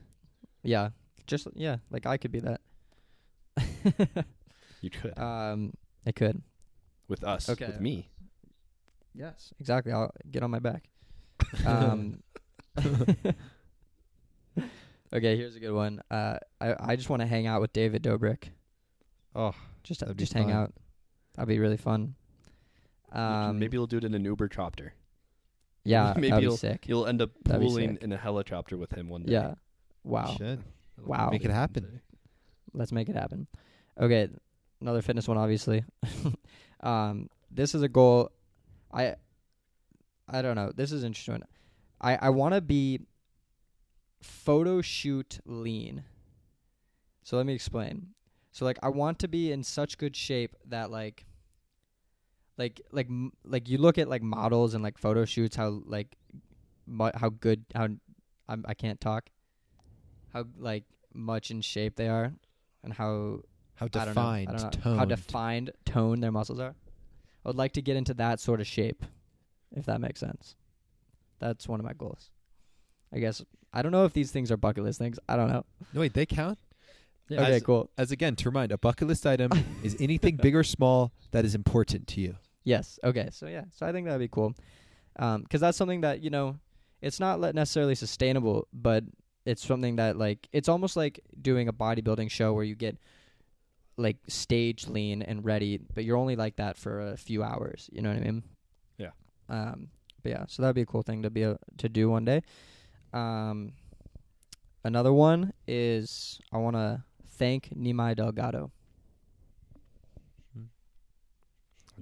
Speaker 2: Yeah, just yeah, like I could be that.
Speaker 1: You could
Speaker 2: um, I could.
Speaker 1: with us,
Speaker 2: okay.
Speaker 1: with me.
Speaker 2: Yes, exactly. I'll get on my back. Um, okay, here's a good one. Uh, I I just want to hang out with David Dobrik.
Speaker 3: Oh,
Speaker 2: just
Speaker 3: that'd be
Speaker 2: just hang
Speaker 3: fun.
Speaker 2: out. That'd be really fun. Um,
Speaker 1: Maybe you'll do it in an Uber copter.
Speaker 2: yeah,
Speaker 1: maybe
Speaker 2: that'd be
Speaker 1: you'll-
Speaker 2: sick.
Speaker 1: You'll end up
Speaker 2: That'd be
Speaker 1: pooling
Speaker 2: sick.
Speaker 1: in a helicopter with him one day.
Speaker 2: Yeah. Wow.
Speaker 3: Should.
Speaker 2: Wow.
Speaker 3: Make it happen.
Speaker 2: Let's make it happen. Okay, another fitness one, obviously. um, this is a goal. I, I don't know. This is an interesting. One. I I want to be photo shoot lean. So let me explain. So like I want to be in such good shape that like like like m- like you look at like models and like photo shoots how like mu- how good how I'm, I can't talk how like much in shape they are and how
Speaker 3: How
Speaker 2: I don't know, I
Speaker 3: defined,
Speaker 2: don't know,
Speaker 3: toned.
Speaker 2: how defined tone their muscles are. I would like to get into that sort of shape, if that makes sense. That's one of my goals. I guess I don't know if these things are bucket list things. I don't know.
Speaker 3: no, wait, they count? Yeah.
Speaker 2: okay,
Speaker 3: As-
Speaker 2: cool.
Speaker 3: As again, to remind, a bucket list item is anything big or small that is important to you.
Speaker 2: Yes. Okay. So yeah. So I think that'd be cool, because that's something that you know, it's not le- necessarily sustainable, but it's something that like it's almost like doing a bodybuilding show where you get like stage lean and ready, but you're only like that for a few hours. You know what I mean?
Speaker 1: Yeah.
Speaker 2: Um. But yeah. So that'd be a cool thing to be a, to do one day. Um. Another one is I want to thank Nimai Delgado.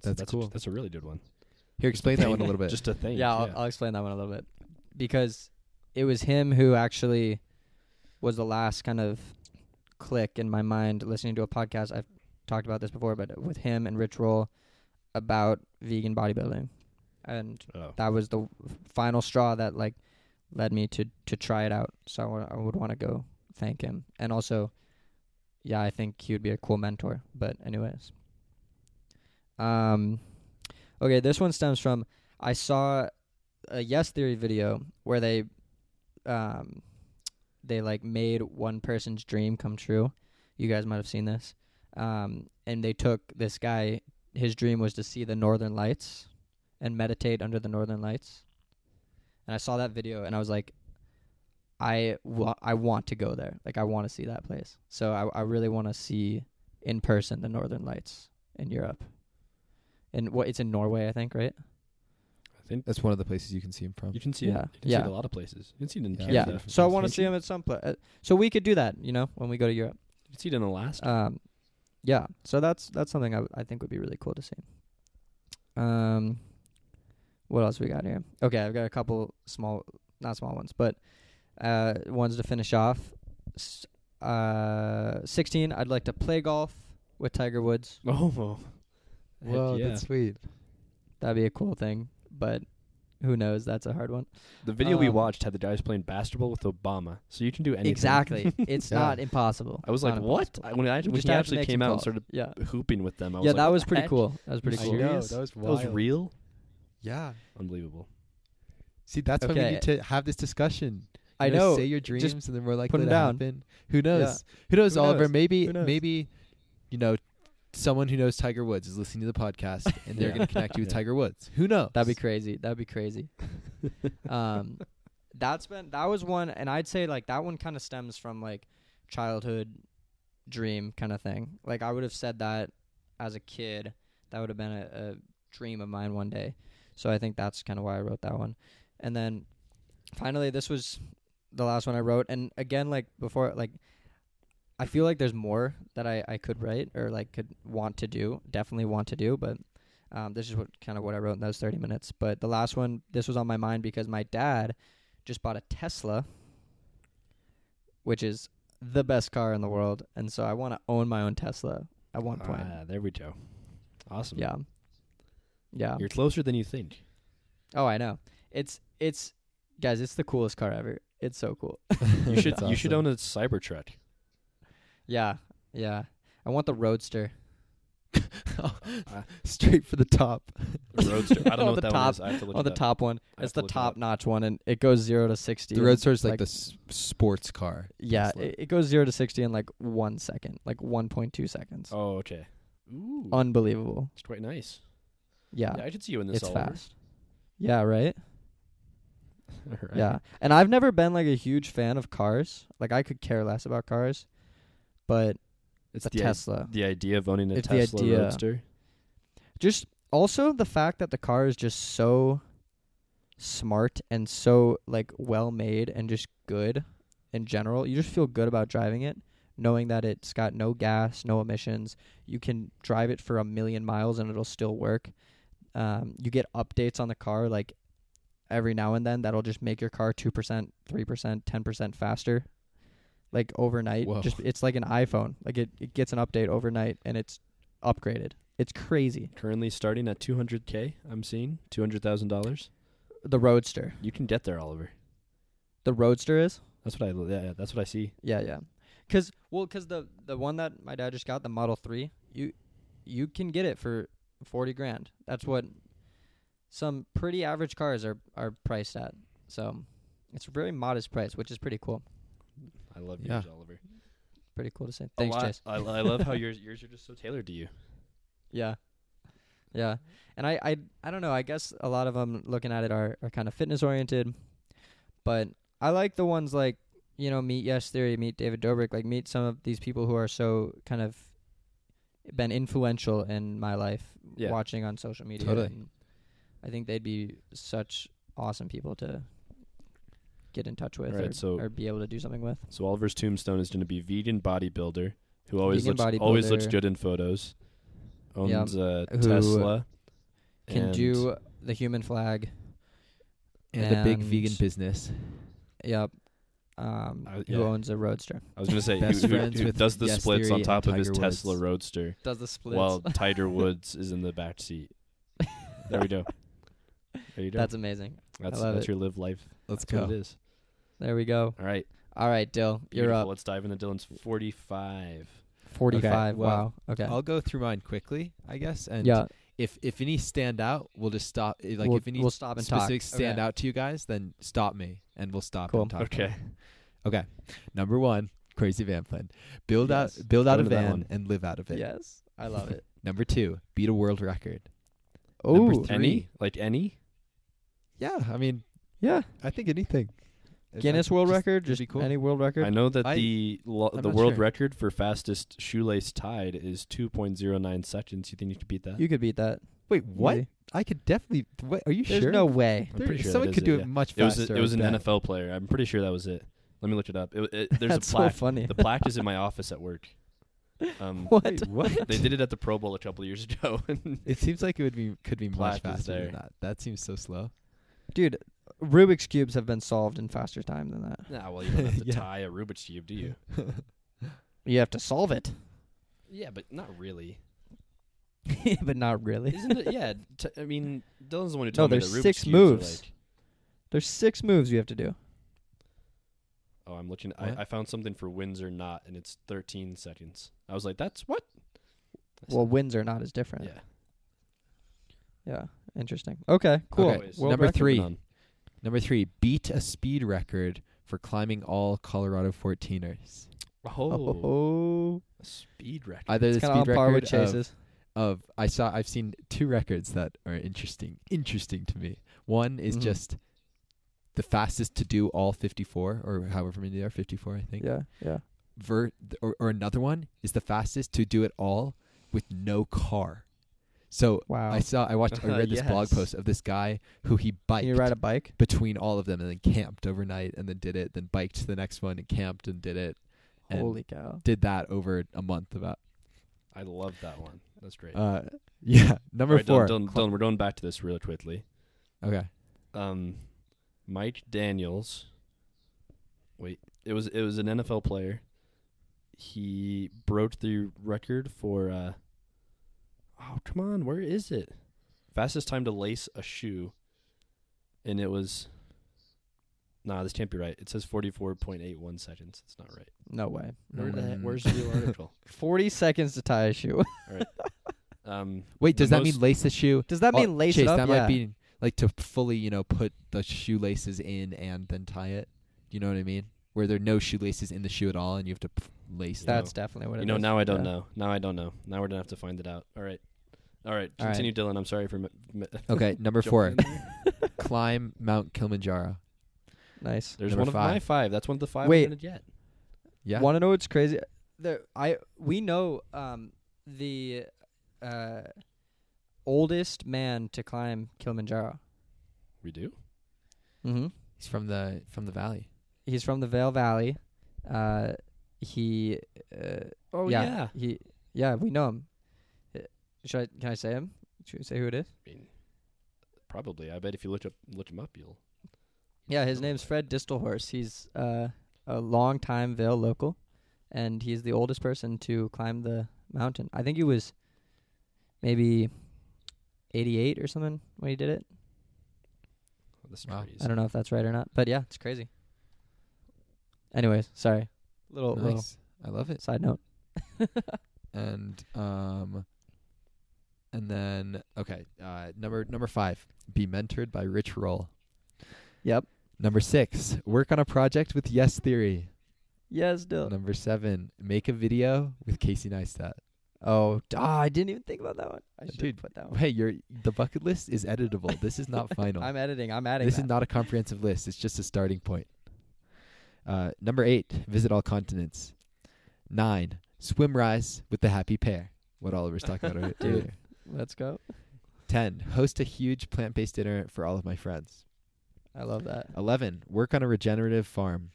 Speaker 3: That's cool.
Speaker 1: A, that's a really good one.
Speaker 3: Here, explain that one a little bit.
Speaker 1: Just a thing.
Speaker 2: yeah, I'll, I'll explain that one a little bit because it was him who actually was the last kind of click in my mind listening to a podcast. I've talked about this before, but with him and Rich Roll about vegan bodybuilding, and
Speaker 1: oh.
Speaker 2: that was the final straw that like led me to to try it out. So I, wa- I would want to go thank him, and also, yeah, I think he would be a cool mentor. But anyways, um, okay, this one stems from I saw a Yes Theory video where they, um, they like made one person's dream come true. You guys might have seen this, um, and they took this guy. His dream was to see the Northern Lights and meditate under the Northern Lights and I saw that video and I was like, I wa- I want to go there. Like I want to see that place. So I I really want to see in person the Northern Lights in Europe. And what it's in Norway, I think, right?
Speaker 1: I think
Speaker 3: That's one of the places you can see him from.
Speaker 1: you can see
Speaker 2: Yeah.
Speaker 1: it. You can
Speaker 2: Yeah.
Speaker 1: see it a lot of places. You can see it in
Speaker 3: Yeah.
Speaker 1: Canada.
Speaker 2: yeah.
Speaker 1: for
Speaker 2: So I
Speaker 1: instance.
Speaker 2: want to see them at some place. So we could do that, you know, when we go to Europe.
Speaker 1: You can see it in Alaska.
Speaker 2: Um, yeah. So that's that's something I w- I think would be really cool to see. Um, what else we got here? Okay, I've got a couple small, not small ones, but uh, ones to finish off. S- uh, sixteen. I'd like to play golf with Tiger Woods.
Speaker 1: oh, well. Heck
Speaker 3: Whoa,
Speaker 1: yeah.
Speaker 3: that's sweet.
Speaker 2: That'd be a cool thing, but who knows? That's a hard one.
Speaker 1: the video we
Speaker 2: um,
Speaker 1: watched had the guys playing basketball with Obama, so you can do anything.
Speaker 2: Exactly. it's
Speaker 3: Yeah.
Speaker 2: not impossible.
Speaker 1: I was like,
Speaker 2: Not
Speaker 1: what?
Speaker 2: impossible.
Speaker 1: I, when I,
Speaker 2: You
Speaker 1: when
Speaker 2: just
Speaker 1: he
Speaker 2: have
Speaker 1: actually
Speaker 2: to make some
Speaker 1: came out and
Speaker 2: calls.
Speaker 1: started
Speaker 2: Yeah.
Speaker 1: hooping with them, I was
Speaker 2: Yeah,
Speaker 1: like,
Speaker 2: that
Speaker 1: what
Speaker 2: was
Speaker 1: the
Speaker 2: pretty
Speaker 1: heck?
Speaker 2: cool. That was pretty
Speaker 1: I
Speaker 2: cool.
Speaker 1: know, that
Speaker 3: That was
Speaker 1: That was real.
Speaker 3: Yeah.
Speaker 1: Unbelievable.
Speaker 3: See, that's why we
Speaker 2: Okay.
Speaker 3: need to have this discussion. You
Speaker 2: I know.
Speaker 3: Say your dreams, and then we're like,
Speaker 2: put 'em
Speaker 3: let it
Speaker 2: down.
Speaker 3: happen. Who knows? Who knows,
Speaker 2: Who
Speaker 3: Oliver?
Speaker 2: knows?
Speaker 3: Maybe,
Speaker 2: Who knows?
Speaker 3: maybe, you know, someone who knows Tiger Woods is listening to the podcast, and they're
Speaker 1: Yeah.
Speaker 3: going to connect you with
Speaker 1: Yeah.
Speaker 3: Tiger Woods. Who knows?
Speaker 2: That'd be crazy. That'd be crazy. um, that's been that was one, and I'd say like that one kind of stems from like childhood dream kind of thing. Like I would have said that as a kid, that would have been a, a dream of mine one day. So I think that's kind of why I wrote that one. And then finally, this was the last one I wrote. And again, like before, like I feel like there's more that I I could write or like could want to do. Definitely want to do, but um, this is what kind of what I wrote in those 30 minutes. But the last one, this was on my mind because my dad just bought a Tesla, which is the best car in the world, and so I want to own my own Tesla at one point.
Speaker 1: Ah, there we go. Awesome.
Speaker 2: yeah, yeah.
Speaker 1: You're closer than you think.
Speaker 2: Oh, I know. It's it's guys, it's the coolest car ever. It's so cool.
Speaker 1: You should you should own a Cybertruck.
Speaker 2: Yeah, yeah. I want the Roadster.
Speaker 3: straight for the top.
Speaker 1: A Roadster. I don't
Speaker 2: On
Speaker 1: know
Speaker 2: the
Speaker 1: what that
Speaker 2: top-
Speaker 1: one is. I have to look
Speaker 2: Oh,
Speaker 1: it
Speaker 2: the
Speaker 1: up.
Speaker 2: top one.
Speaker 1: I have
Speaker 2: It's
Speaker 1: to
Speaker 2: the
Speaker 1: look it up.
Speaker 2: top notch one, and it goes zero to sixty.
Speaker 3: The
Speaker 2: in,
Speaker 3: Roadster is like,
Speaker 2: like-
Speaker 3: the s- sports car.
Speaker 2: Yeah,
Speaker 3: Tesla.
Speaker 2: it, it goes zero to sixty in like one second, like one point two seconds.
Speaker 1: Oh, okay. Ooh,
Speaker 2: Unbelievable.
Speaker 1: it's quite nice.
Speaker 2: Yeah,
Speaker 1: Yeah, I could see you in this.
Speaker 2: it's
Speaker 1: Oliver.
Speaker 2: fast. Yeah, right?
Speaker 1: All right.
Speaker 2: Yeah, and I've never been like a huge fan of cars. Like I could care less about cars, but
Speaker 1: it's
Speaker 2: the
Speaker 1: the i-
Speaker 2: Tesla.
Speaker 1: the idea of owning a
Speaker 2: It's the
Speaker 1: Tesla
Speaker 2: idea.
Speaker 1: Roadster.
Speaker 2: Just also the fact that the car is just so smart and so like well made and just good in general. You just feel good about driving it, knowing that it's got no gas, no emissions. You can drive it for a million miles and it'll still work. Um, you get updates on the car like every now and then that'll just make your car two percent, three percent, ten percent faster. Like overnight,
Speaker 3: Whoa.
Speaker 2: just it's like an iPhone. Like it, it gets an update overnight and it's upgraded. It's crazy.
Speaker 1: Currently starting at 200k. I'm seeing two hundred thousand dollars.
Speaker 2: The Roadster,
Speaker 1: You can get there, Oliver.
Speaker 2: the Roadster is
Speaker 1: That's what I. Yeah, yeah, that's what I see.
Speaker 2: Yeah, yeah. Cause well, cause the the one that my dad just got, the Model Three, you you can get it for forty grand. That's what some pretty average cars are are priced at. So it's a very modest price, which is pretty cool.
Speaker 1: I love
Speaker 3: Yeah.
Speaker 1: yours, Oliver.
Speaker 2: Pretty cool to say.
Speaker 1: A
Speaker 2: Thanks,
Speaker 1: lot-
Speaker 2: Chase.
Speaker 1: I, I love how yours yours are just so tailored to you.
Speaker 2: Yeah. Yeah. And I, I I don't know, I guess a lot of them looking at it are, are kind of fitness oriented. But I like the ones like, you know, meet Yes Theory, meet David Dobrik, like meet some of these people who are so kind of been influential in my life
Speaker 1: Yeah.
Speaker 2: watching on social media.
Speaker 3: Totally.
Speaker 2: And I think they'd be such awesome people to get in touch with
Speaker 1: Alright,
Speaker 2: or,
Speaker 1: so-
Speaker 2: or be able to do something with.
Speaker 1: So Oliver's tombstone is going to be vegan bodybuilder who always
Speaker 2: Vegan
Speaker 1: looks always looks
Speaker 2: bodybuilder.
Speaker 1: good in photos. owns a
Speaker 2: Who
Speaker 1: Tesla.
Speaker 2: Can
Speaker 1: and
Speaker 2: do the human flag.
Speaker 3: and a big
Speaker 2: And-
Speaker 3: vegan business.
Speaker 2: Yep. Um,
Speaker 1: Uh, yeah.
Speaker 2: Who owns a roadster?
Speaker 1: I was gonna say
Speaker 3: Best
Speaker 1: who, who,
Speaker 3: friends
Speaker 1: who
Speaker 3: with
Speaker 1: does the
Speaker 3: Yes
Speaker 1: splits
Speaker 3: Theory
Speaker 1: on
Speaker 3: and
Speaker 1: top of his
Speaker 3: Tiger Woods.
Speaker 1: Tesla Roadster
Speaker 2: Does the splits?
Speaker 1: while Tiger Woods is in the back seat. There we go. There you go.
Speaker 2: That's amazing.
Speaker 1: that's,
Speaker 2: love
Speaker 1: that's
Speaker 2: it.
Speaker 1: your live life.
Speaker 3: Let's
Speaker 1: That's what it is.
Speaker 2: There we go.
Speaker 1: All right,
Speaker 2: All right, Dill, you're
Speaker 1: beautiful.
Speaker 2: up.
Speaker 1: Let's dive into Dylan's forty-five.
Speaker 2: 45.
Speaker 3: well,
Speaker 2: wow. Okay.
Speaker 3: I'll go through mine quickly, I guess. And
Speaker 2: yeah.
Speaker 3: if if any stand out, we'll just stop. eh, Like
Speaker 2: we'll,
Speaker 3: if any
Speaker 2: we'll stop and talk.
Speaker 3: specifics stand
Speaker 2: Okay.
Speaker 3: out to you guys, then stop me and we'll stop
Speaker 2: Cool.
Speaker 3: and talk.
Speaker 1: Okay.
Speaker 3: Okay. Number one, crazy van plan. Build
Speaker 1: Yes.
Speaker 3: out build out
Speaker 1: Go
Speaker 3: a
Speaker 1: into that
Speaker 3: van
Speaker 1: one.
Speaker 3: and live out of it.
Speaker 2: Yes. I love it.
Speaker 3: Number two, beat a world record.
Speaker 2: Oh,
Speaker 3: Number three.
Speaker 1: Any like any?
Speaker 3: Yeah, I mean,
Speaker 2: yeah.
Speaker 3: I think anything.
Speaker 2: Guinness World
Speaker 3: Just-
Speaker 2: Record,
Speaker 3: it'd
Speaker 2: just
Speaker 3: be cool.
Speaker 2: any world
Speaker 1: I
Speaker 2: record.
Speaker 1: know that
Speaker 3: I-
Speaker 1: the lo-
Speaker 3: I'm
Speaker 1: the
Speaker 3: not
Speaker 1: world
Speaker 3: sure.
Speaker 1: record for fastest shoelace tied is two point zero nine seconds. You think you could beat that?
Speaker 2: You could beat that.
Speaker 3: Wait, what?
Speaker 2: Easy.
Speaker 3: I could definitely. What, are you
Speaker 2: There's
Speaker 3: sure?
Speaker 2: no way.
Speaker 1: I'm
Speaker 3: There-
Speaker 1: pretty sure that
Speaker 3: someone
Speaker 1: is
Speaker 3: could
Speaker 1: it,
Speaker 3: do it
Speaker 1: yeah.
Speaker 3: much
Speaker 1: It was
Speaker 3: faster.
Speaker 1: it was an
Speaker 3: I bet.
Speaker 1: NFL player. I'm pretty sure that was it. Let me look it up. It, it, there's
Speaker 2: That's
Speaker 1: a plaque.
Speaker 2: so funny.
Speaker 1: The plaque is in my office at work. Um,
Speaker 2: what?
Speaker 3: Wait, what?
Speaker 1: they did it at the Pro Bowl a couple years ago.
Speaker 3: It seems like it would be could be much
Speaker 1: Plaque is
Speaker 3: faster
Speaker 1: there.
Speaker 3: than that. That seems so slow.
Speaker 2: Dude, Rubik's cubes have been solved in faster time than that.
Speaker 1: nah, well, you don't have to
Speaker 3: Yeah.
Speaker 1: tie a Rubik's cube, do you?
Speaker 2: You have to solve it,
Speaker 1: Yeah, but not really.
Speaker 2: but not really.
Speaker 1: Isn't it? Yeah, t- I mean, Dylan's the one who
Speaker 2: No,
Speaker 1: told me
Speaker 2: there's
Speaker 1: that Rubik's
Speaker 2: six
Speaker 1: cubes
Speaker 2: moves.
Speaker 1: Are like,
Speaker 2: There's six moves you have to do.
Speaker 1: oh, I'm looking.
Speaker 3: What?
Speaker 1: I, I found something for wins or not, and it's 13 seconds. I was like, that's what? I
Speaker 2: Well,
Speaker 1: said,
Speaker 2: wins or not is different.
Speaker 1: yeah.
Speaker 2: Yeah. Interesting. Okay. Cool.
Speaker 3: Okay,
Speaker 1: Anyways,
Speaker 2: World
Speaker 3: number
Speaker 2: record.
Speaker 3: three.
Speaker 1: moving on.
Speaker 3: Number three, beat a speed record for climbing all Colorado 14ers.
Speaker 1: Oh,
Speaker 2: Oh,
Speaker 1: a speed record.
Speaker 3: Either the
Speaker 2: it's kind of on
Speaker 3: speed
Speaker 2: par with
Speaker 3: record of,
Speaker 2: Chase's.
Speaker 3: of I saw I've seen two records that are interesting interesting to me. One is
Speaker 2: Mhm.
Speaker 3: just the fastest to do all 54 or however many there are 54 I think.
Speaker 2: Yeah. Yeah.
Speaker 3: Ver- th- or, or another one is the fastest to do it all with no car. So
Speaker 2: Wow.
Speaker 3: I saw I watched I read this blog
Speaker 1: Yes.
Speaker 3: post of this guy who he biked
Speaker 2: Can you ride a bike?
Speaker 3: between all of them and then camped overnight and then did it, then biked to the next one and camped and did it. And-
Speaker 2: Holy cow.
Speaker 3: Did that over a month about.
Speaker 1: I love that one. That's great.
Speaker 3: Uh yeah, number
Speaker 1: All right, Dylan,
Speaker 3: 4.
Speaker 1: Dylan, Dylan, we're going back to this real quickly.
Speaker 3: Okay.
Speaker 1: um, Mike Daniels. Wait, it was it was an NFL player. He broke the record for. Uh, oh come on, where is it? Fastest time to lace a shoe, and it was. Nah, this can't be right. It says forty-four point eight one seconds. It's not right.
Speaker 2: No way.
Speaker 1: Where the heck-
Speaker 3: Mm.
Speaker 1: where's the real article?
Speaker 2: 40 seconds to tie a shoe.
Speaker 1: Um,
Speaker 3: Wait,
Speaker 1: The
Speaker 3: does that mean
Speaker 1: most-
Speaker 3: lace the shoe?
Speaker 2: Does that
Speaker 3: Oh,
Speaker 2: mean lace
Speaker 3: Chase,
Speaker 2: it up?
Speaker 3: that
Speaker 2: yeah.
Speaker 3: might be like to fully, you know, put the shoelaces in and then tie it. You know what I mean? Where there are no shoelaces in the shoe at all, and you have to p- lace them.
Speaker 2: That's definitely what it
Speaker 1: you know,
Speaker 2: is.
Speaker 1: now I don't
Speaker 2: Yeah.
Speaker 1: know. Now I don't know. Now we're gonna have to find it out. All right, all right.
Speaker 2: All right.
Speaker 1: Continue, Dylan. I'm sorry for. M- m-
Speaker 3: Okay, number
Speaker 1: jumping
Speaker 3: four,
Speaker 1: in there.
Speaker 3: climb Mount Kilimanjaro.
Speaker 2: Nice.
Speaker 1: There's
Speaker 3: Number
Speaker 1: one of
Speaker 3: five.
Speaker 1: my five. That's one of the five
Speaker 2: Wait.
Speaker 1: I'm gonna get.
Speaker 3: Yeah,
Speaker 2: Want to know what's crazy? There, I we know um, the uh, oldest man to climb Kilimanjaro.
Speaker 1: We do.
Speaker 2: Mm-hmm.
Speaker 3: he's from the from the valley.
Speaker 2: He's from the Vale Valley. Uh, he, uh,
Speaker 1: Oh
Speaker 2: yeah, he, yeah, we know him. Uh, Should I? Can I say him? Should we say who it is?
Speaker 1: I mean, probably. I bet if you look up look him up, you'll.
Speaker 2: Yeah, his name's Fred Distelhorst. He's uh, a longtime Vale local, and he's the oldest person to climb the mountain. I think he was maybe 88 or something when he did it.
Speaker 1: Oh, this is
Speaker 3: Wow.
Speaker 1: crazy.
Speaker 2: I don't know if that's right or not, but yeah, it's crazy. Anyways, sorry. Little, little
Speaker 3: nice, I love it.
Speaker 2: side note.
Speaker 3: And um, and then okay, uh, number number five, be mentored by Rich Roll.
Speaker 2: Yep.
Speaker 3: Number six, work on a project with Yes Theory.
Speaker 2: Yes, Dylan.
Speaker 3: Number seven, make a video with Casey Neistat.
Speaker 2: Oh, d- ah, I didn't even think about that one. I should
Speaker 3: Dude,
Speaker 2: have put that one.
Speaker 3: Hey, your the bucket list is editable. This is not final.
Speaker 2: Oh. I'm editing. I'm adding.
Speaker 3: this
Speaker 2: is
Speaker 3: is not a comprehensive list. It's just a starting point. Uh, number eight, visit all continents. Nine, swim rise with the happy pair. What Oliver's talking about ear-
Speaker 2: Dude.
Speaker 3: earlier.
Speaker 2: Let's go.
Speaker 3: Ten, host a huge plant based dinner for all of my friends.
Speaker 2: I love that.
Speaker 3: Eleven, work on a regenerative farm.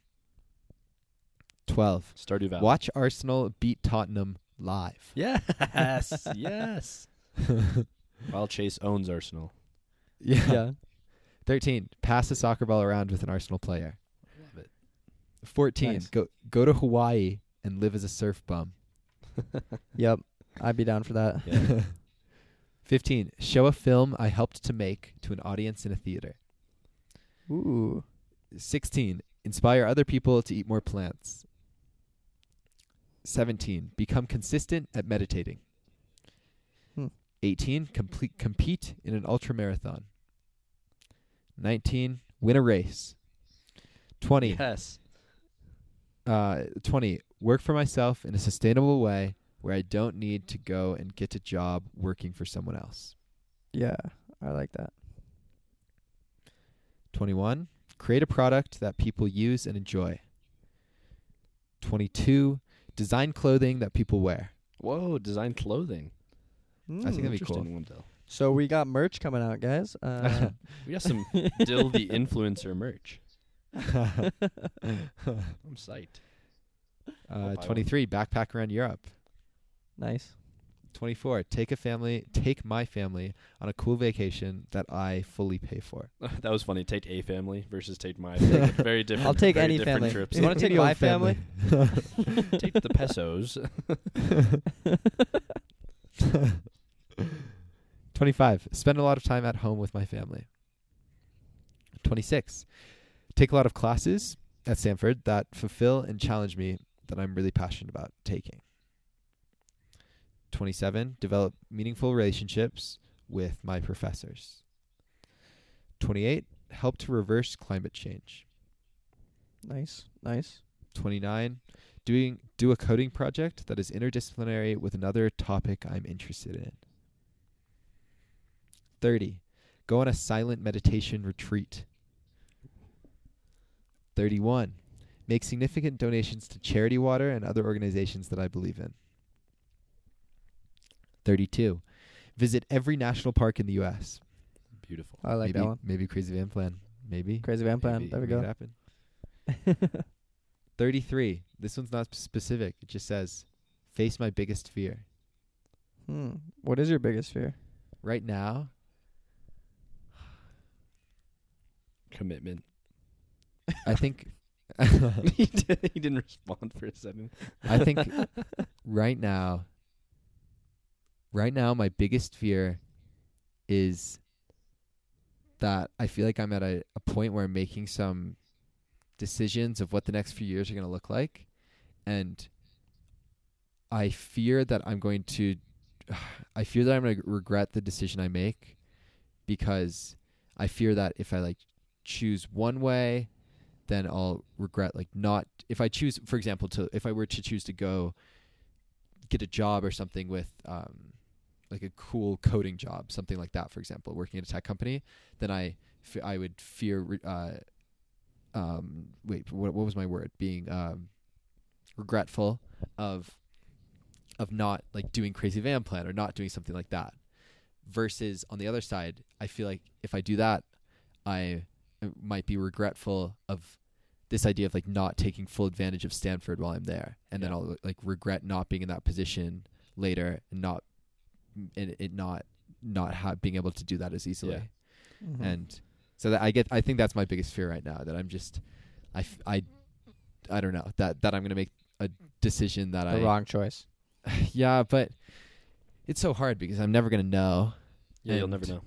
Speaker 3: Twelve,
Speaker 1: Stardew Valley.
Speaker 3: watch Arsenal beat Tottenham live.
Speaker 1: Yes. yes. While Chase owns Arsenal.
Speaker 3: yeah.
Speaker 2: yeah.
Speaker 3: 13. Pass the soccer ball around with an Arsenal player.
Speaker 1: Love it.
Speaker 3: 14.
Speaker 2: Nice.
Speaker 3: Go go to Hawaii and live as a surf bum.
Speaker 2: Yep. I'd be down for that.
Speaker 1: Yeah.
Speaker 3: 15. Show a film I helped to make to an audience in a theater.
Speaker 2: Ooh.
Speaker 3: 16. Inspire other people to eat more plants. 17. Become consistent at meditating.
Speaker 2: Hmm.
Speaker 3: 18. Complete compete in an ultra marathon. 19. Win a race. 20.
Speaker 1: Yes.
Speaker 3: uh, 20 work for myself in a sustainable way where i don't need to go and get a job working for someone else
Speaker 2: Yeah. I like that.
Speaker 3: 21 create a product that people use and enjoy 22 design clothing that people wear
Speaker 1: Whoa, design clothing.
Speaker 3: I
Speaker 2: Mm.
Speaker 3: think that'd be cool.
Speaker 1: Interesting one, Dill.
Speaker 2: so we got merch coming out, guys. Uh,
Speaker 1: We got some Dill the influencer merch. I'm psyched.
Speaker 3: uh,
Speaker 1: one.
Speaker 3: 23 backpack around europe
Speaker 2: nice.
Speaker 3: 24 take a family take my family on a cool vacation that i fully pay for
Speaker 1: that was funny. Take a family versus take my family. Very different.
Speaker 2: I'll take
Speaker 1: very
Speaker 2: any
Speaker 1: different
Speaker 2: family.
Speaker 1: Trips.
Speaker 2: You want to take
Speaker 3: Any old
Speaker 2: my family?
Speaker 1: take the pesos.
Speaker 3: 25. Spend a lot of time at home with my family. 26. Take a lot of classes at Stanford that fulfill and challenge me that I'm really passionate about taking. 27. Develop meaningful relationships with my professors. 28. Help to reverse climate change.
Speaker 2: Nice. Nice.
Speaker 3: 29. Doing do a coding project that is interdisciplinary with another topic I'm interested in. 30. Go on a silent meditation retreat. 31. Make significant donations to Charity Water and other organizations that I believe in. 32. Visit every national park in the US.
Speaker 1: Beautiful.
Speaker 2: I like
Speaker 3: maybe,
Speaker 2: that one.
Speaker 3: Maybe Crazy Van Plan. Maybe.
Speaker 2: Crazy Van Plan.
Speaker 3: Maybe
Speaker 2: There we
Speaker 3: make
Speaker 2: go.
Speaker 3: It happen. 33. This one's not specific. It just says, face my biggest fear.
Speaker 2: Hmm. What is your biggest fear?
Speaker 3: Right now,
Speaker 1: Commitment.
Speaker 3: I think,
Speaker 1: he, did, he didn't respond for a second.
Speaker 3: I think right now, right now, my biggest fear is that I feel like I'm at a, a point where I'm making some decisions of what the next few years are going to look like. And I fear that I'm going to, I fear that I'm going to regret the decision I make because I fear that if I like choose one way, then I'll regret like not if I choose, for example, to if I were to choose to go get a job or something with um, like a cool coding job, something like that, for example, working at a tech company, then I fe- I would fear re- uh, um, wait what what was my word being um, regretful of of not like doing crazy van plan or not doing something like that versus on the other side I feel like if I do that I might be regretful of this idea of like not taking full advantage of Stanford while I'm there, and then
Speaker 1: Yeah.
Speaker 3: I'll like regret not being in that position later and not and it not not ha- being able to do that as easily.
Speaker 1: Yeah.
Speaker 2: Mhm.
Speaker 3: And so that I get, I think that's my biggest fear right now that I'm just, I, f- I, I don't know that that I'm gonna make a decision that
Speaker 2: the
Speaker 3: I
Speaker 2: wrong choice.
Speaker 3: yeah, but it's so hard because I'm never gonna know.
Speaker 1: Yeah, you'll
Speaker 3: And-
Speaker 1: never know.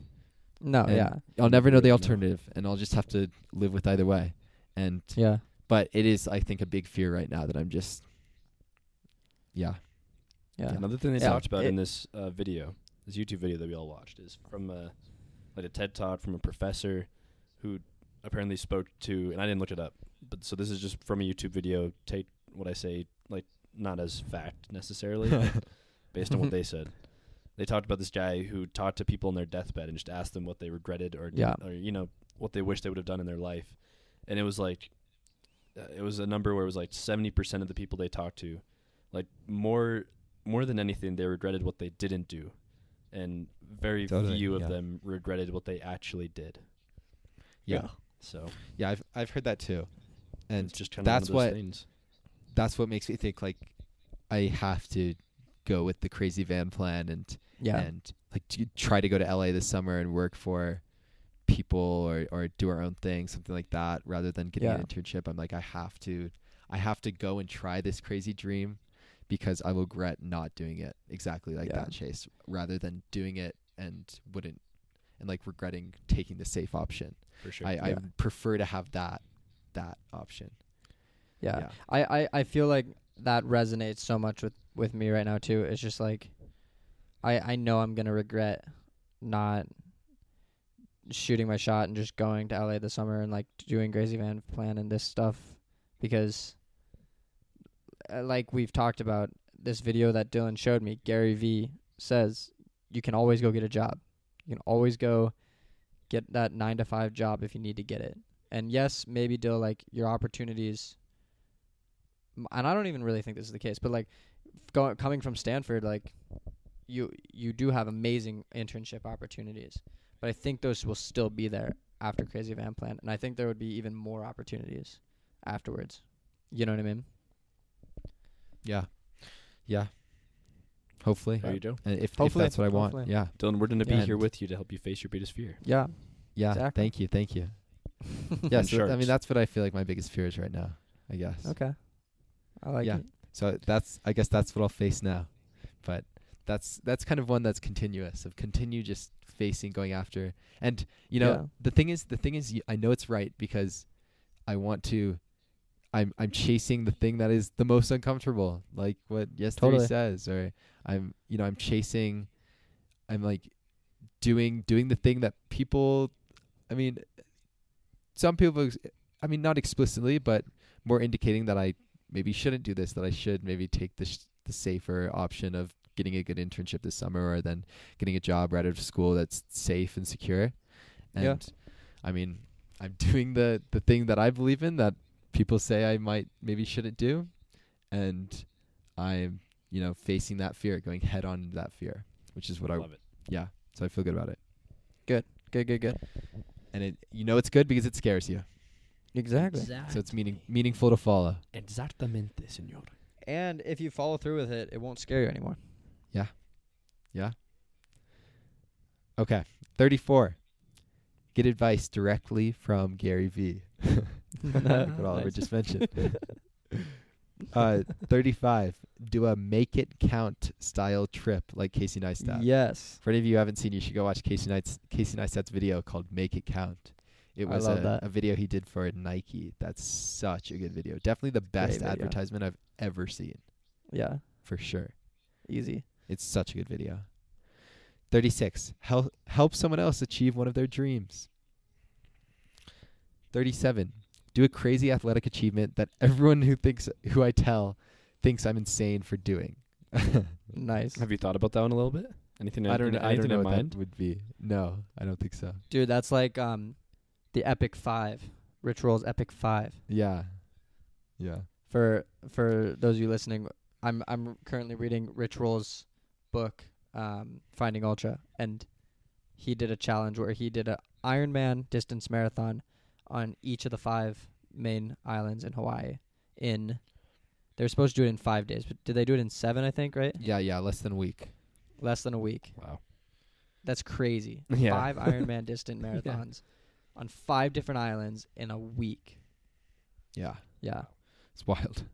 Speaker 2: No.
Speaker 3: and
Speaker 2: yeah.
Speaker 3: I'll never know
Speaker 1: Never
Speaker 3: the
Speaker 1: know.
Speaker 3: alternative, and I'll just have to live with either way. And
Speaker 2: Yeah.
Speaker 3: but it is I think a big fear right now that I'm just yeah
Speaker 2: Yeah.
Speaker 1: Another thing they
Speaker 2: Yeah.
Speaker 1: talked about
Speaker 2: It-
Speaker 1: in this uh, video, this YouTube video that we all watched, is from a, like a TED talk from a professor who apparently spoke to, and I didn't look it up, but so this is just from a YouTube video. Take what I say, like not as fact necessarily, but based on what they said. They talked about this guy who talked to people on their deathbed and just asked them what they regretted or
Speaker 2: Yeah.
Speaker 1: or you know what they wish they would have done in their life, and it was like uh, it was a number where it was like seventy percent of the people they talked to, like more more than anything, they regretted what they didn't do, and very
Speaker 3: Totally,
Speaker 1: few of
Speaker 3: yeah.
Speaker 1: them regretted what they actually did.
Speaker 3: yeah
Speaker 1: So
Speaker 3: yeah I've I've heard that too, and
Speaker 1: it's just kind of one
Speaker 3: that's
Speaker 1: of
Speaker 3: what-
Speaker 1: those things.
Speaker 3: that's what makes me think like I have to go with the crazy van plan and
Speaker 2: Yeah.
Speaker 3: and like to try to go to LA this summer and work for people or or do our own thing, something like that, rather than getting
Speaker 2: Yeah.
Speaker 3: an internship. I'm like, I have to, I have to go and try this crazy dream because I will regret not doing it exactly like
Speaker 2: Yeah.
Speaker 3: that chase, rather than doing it and wouldn't and like regretting taking the safe option.
Speaker 1: for sure.
Speaker 3: I, I
Speaker 2: Yeah.
Speaker 3: prefer to have that that option.
Speaker 2: yeah. I, I, I feel like that resonates so much with, with me right now too. It's just like I, I know I'm gonna regret not shooting my shot and just going to LA this summer and like doing Grazy Van Plan and this stuff because uh, like we've talked about this video that Dylan showed me, Gary V says you can always go get a job. You can always go get that nine to five job if you need to get it. And yes, maybe Dill like your opportunities m- and I don't even really think this is the case, but like f- going coming from Stanford, like you you do have amazing internship opportunities, but I think those will still be there after Crazy Van Plan, and I think there would be even more opportunities afterwards. You know what I mean?
Speaker 3: Yeah. Yeah. Hopefully.
Speaker 1: There you go.
Speaker 3: And Uh, if, if
Speaker 2: Hopefully.
Speaker 3: that's what I want.
Speaker 2: Hopefully.
Speaker 3: Yeah.
Speaker 1: Dylan, we're going to be
Speaker 3: Yeah.
Speaker 1: here with you to help you face your biggest fear.
Speaker 2: Yeah.
Speaker 3: Yeah.
Speaker 2: Exactly.
Speaker 3: Thank you. Thank you. Yeah.
Speaker 1: And
Speaker 3: So th- I
Speaker 1: sharks.
Speaker 3: mean, that's what I feel like my biggest fear is right now. I guess.
Speaker 2: Okay. I like
Speaker 3: Yeah.
Speaker 2: it.
Speaker 3: So that's I guess that's what I'll face now, but that's that's kind of one that's continuous of continue just facing going after and you know
Speaker 2: Yeah.
Speaker 3: the thing is the thing is y- I know it's right because I want to I'm I'm chasing the thing that is the most uncomfortable like what yesterday
Speaker 2: Totally.
Speaker 3: says or I'm you know I'm chasing I'm like doing doing the thing that people I mean some people ex- I mean not explicitly but more indicating that I maybe shouldn't do this that i should maybe take the, sh- the safer option of getting a good internship this summer or then getting a job right out of school that's safe and secure and
Speaker 2: Yeah.
Speaker 3: i mean i'm doing the the thing that i believe in that people say i might maybe shouldn't do and i'm you know facing that fear going head on into that fear which is what i
Speaker 1: love it.
Speaker 3: yeah so i feel good about it
Speaker 2: Good. Good. Good.
Speaker 3: and it you know it's good because it scares you
Speaker 2: Exactly.
Speaker 3: so it's meaning meaningful to follow
Speaker 1: Exactamente, señor.
Speaker 2: And if you follow through with it, it won't scare you anymore.
Speaker 3: Okay. 34. Get advice directly from Gary Vee. like what Oliver
Speaker 2: Oh, Nice.
Speaker 3: just mentioned. uh, 35. Do a make it count style trip like Casey Neistat.
Speaker 2: Yes.
Speaker 3: For any of you who haven't seen, you should go watch Casey, Neist- Casey Neistat's video called Make It Count. It
Speaker 2: I
Speaker 3: was
Speaker 2: love
Speaker 3: a,
Speaker 2: that.
Speaker 3: a video he did for Nike. That's such a good video. Definitely the best
Speaker 2: video.
Speaker 3: advertisement I've ever seen,
Speaker 2: Yeah.
Speaker 3: for sure.
Speaker 2: Easy.
Speaker 3: It's such a good video. 36. Help, help someone else achieve one of their dreams. 37. Do a crazy athletic achievement that everyone who thinks who I tell thinks I'm insane for doing.
Speaker 2: Nice.
Speaker 1: Have you thought about that one a little bit? Anything?
Speaker 3: I don't know.
Speaker 1: Anything
Speaker 3: I don't know
Speaker 1: in
Speaker 3: what
Speaker 1: mind?
Speaker 3: that would be. No, I don't think so.
Speaker 2: Dude, that's like um the Epic Five. Rich Roll's Epic Five.
Speaker 3: Yeah. Yeah.
Speaker 2: For for those of you listening, I'm I'm currently reading Rich Roll's book, um, Finding Ultra, and he did a challenge where he did a Ironman distance marathon on each of the five main islands in Hawaii in they're supposed to do it in five days, but did they do it in seven, I think, right?
Speaker 3: Yeah, yeah, less than a week.
Speaker 2: Less than a week.
Speaker 1: Wow.
Speaker 2: That's crazy.
Speaker 1: Yeah.
Speaker 2: Five Ironman distant marathons on five different islands in a week.
Speaker 3: Yeah.
Speaker 2: Yeah.
Speaker 3: It's wild.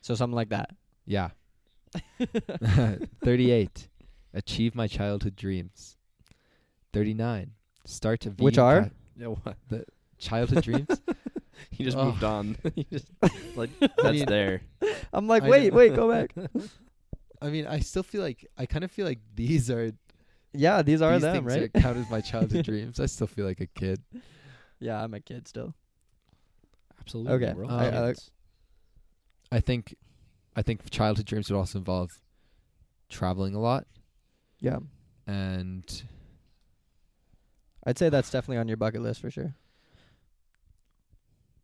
Speaker 2: So something like that.
Speaker 3: Yeah. 38. Achieve my childhood dreams. 39. Start a vegan
Speaker 2: Which are?
Speaker 3: ca-
Speaker 1: Yeah, what?
Speaker 3: childhood dreams.
Speaker 1: He just
Speaker 3: Oh.
Speaker 1: moved on. he just like that's
Speaker 3: mean-
Speaker 1: there.
Speaker 2: I'm like,
Speaker 3: I
Speaker 2: wait,
Speaker 3: don't-
Speaker 2: wait, go back.
Speaker 3: I mean, I still feel like I kind of feel like these are
Speaker 2: yeah, these are
Speaker 3: these
Speaker 2: them,
Speaker 3: things
Speaker 2: right?
Speaker 3: are count as my childhood dreams. I still feel like a kid.
Speaker 2: Yeah, I'm a kid still.
Speaker 1: Absolutely.
Speaker 2: Okay.
Speaker 1: we're all
Speaker 3: I- I
Speaker 2: like-
Speaker 1: kids.
Speaker 3: I think I think childhood dreams would also involve traveling a lot
Speaker 2: Yeah.
Speaker 3: and
Speaker 2: I'd say that's definitely on your bucket list for sure.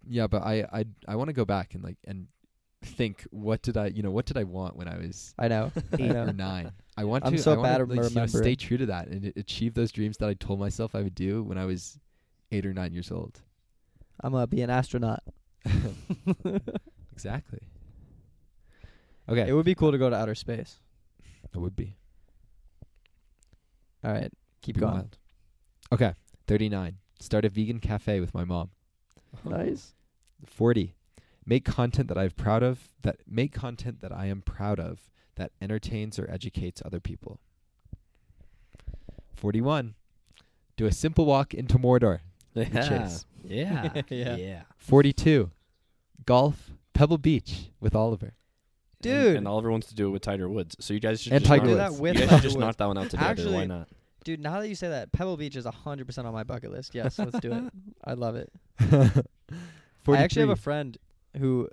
Speaker 3: yeah, but I I I want to go back and like and think what did I, you know, what did I want when I was
Speaker 2: I know. I
Speaker 3: eight or
Speaker 2: know.
Speaker 3: nine. I want
Speaker 2: I'm
Speaker 3: to.
Speaker 2: so
Speaker 3: I wanna,
Speaker 2: bad at
Speaker 3: like, you know, stay
Speaker 2: remembering.
Speaker 3: true to that and a- achieve those dreams that I told myself I would do when I was eight or nine years old.
Speaker 2: I'm gonna be an astronaut.
Speaker 3: exactly. Okay.
Speaker 2: It would be cool to go to outer space.
Speaker 3: It would be.
Speaker 2: All right, keep
Speaker 3: be
Speaker 2: going.
Speaker 3: wild. Okay, 39. Start a vegan cafe with my mom.
Speaker 2: Nice.
Speaker 3: 40. Make content that I'm proud of, that make content that I am proud of that entertains or educates other people. 41. Do a simple walk into Mordor.
Speaker 1: Yeah.
Speaker 3: chase.
Speaker 1: Yeah.
Speaker 2: Yeah.
Speaker 3: 42. Golf Pebble Beach with Oliver.
Speaker 1: And,
Speaker 2: Dude.
Speaker 1: and Oliver wants to do it with Tiger Woods. So you guys should
Speaker 3: And
Speaker 1: just
Speaker 3: Tiger
Speaker 1: knock-
Speaker 3: Do that
Speaker 2: with
Speaker 1: you guys should
Speaker 2: Tiger
Speaker 1: just
Speaker 2: Woods.
Speaker 1: knock that one out together. Why
Speaker 2: Actually-
Speaker 1: not?
Speaker 2: Dude, now that you say that, Pebble Beach is 100% on my bucket list. Yes, let's do it. I love it.
Speaker 3: 43.
Speaker 2: I actually have a friend who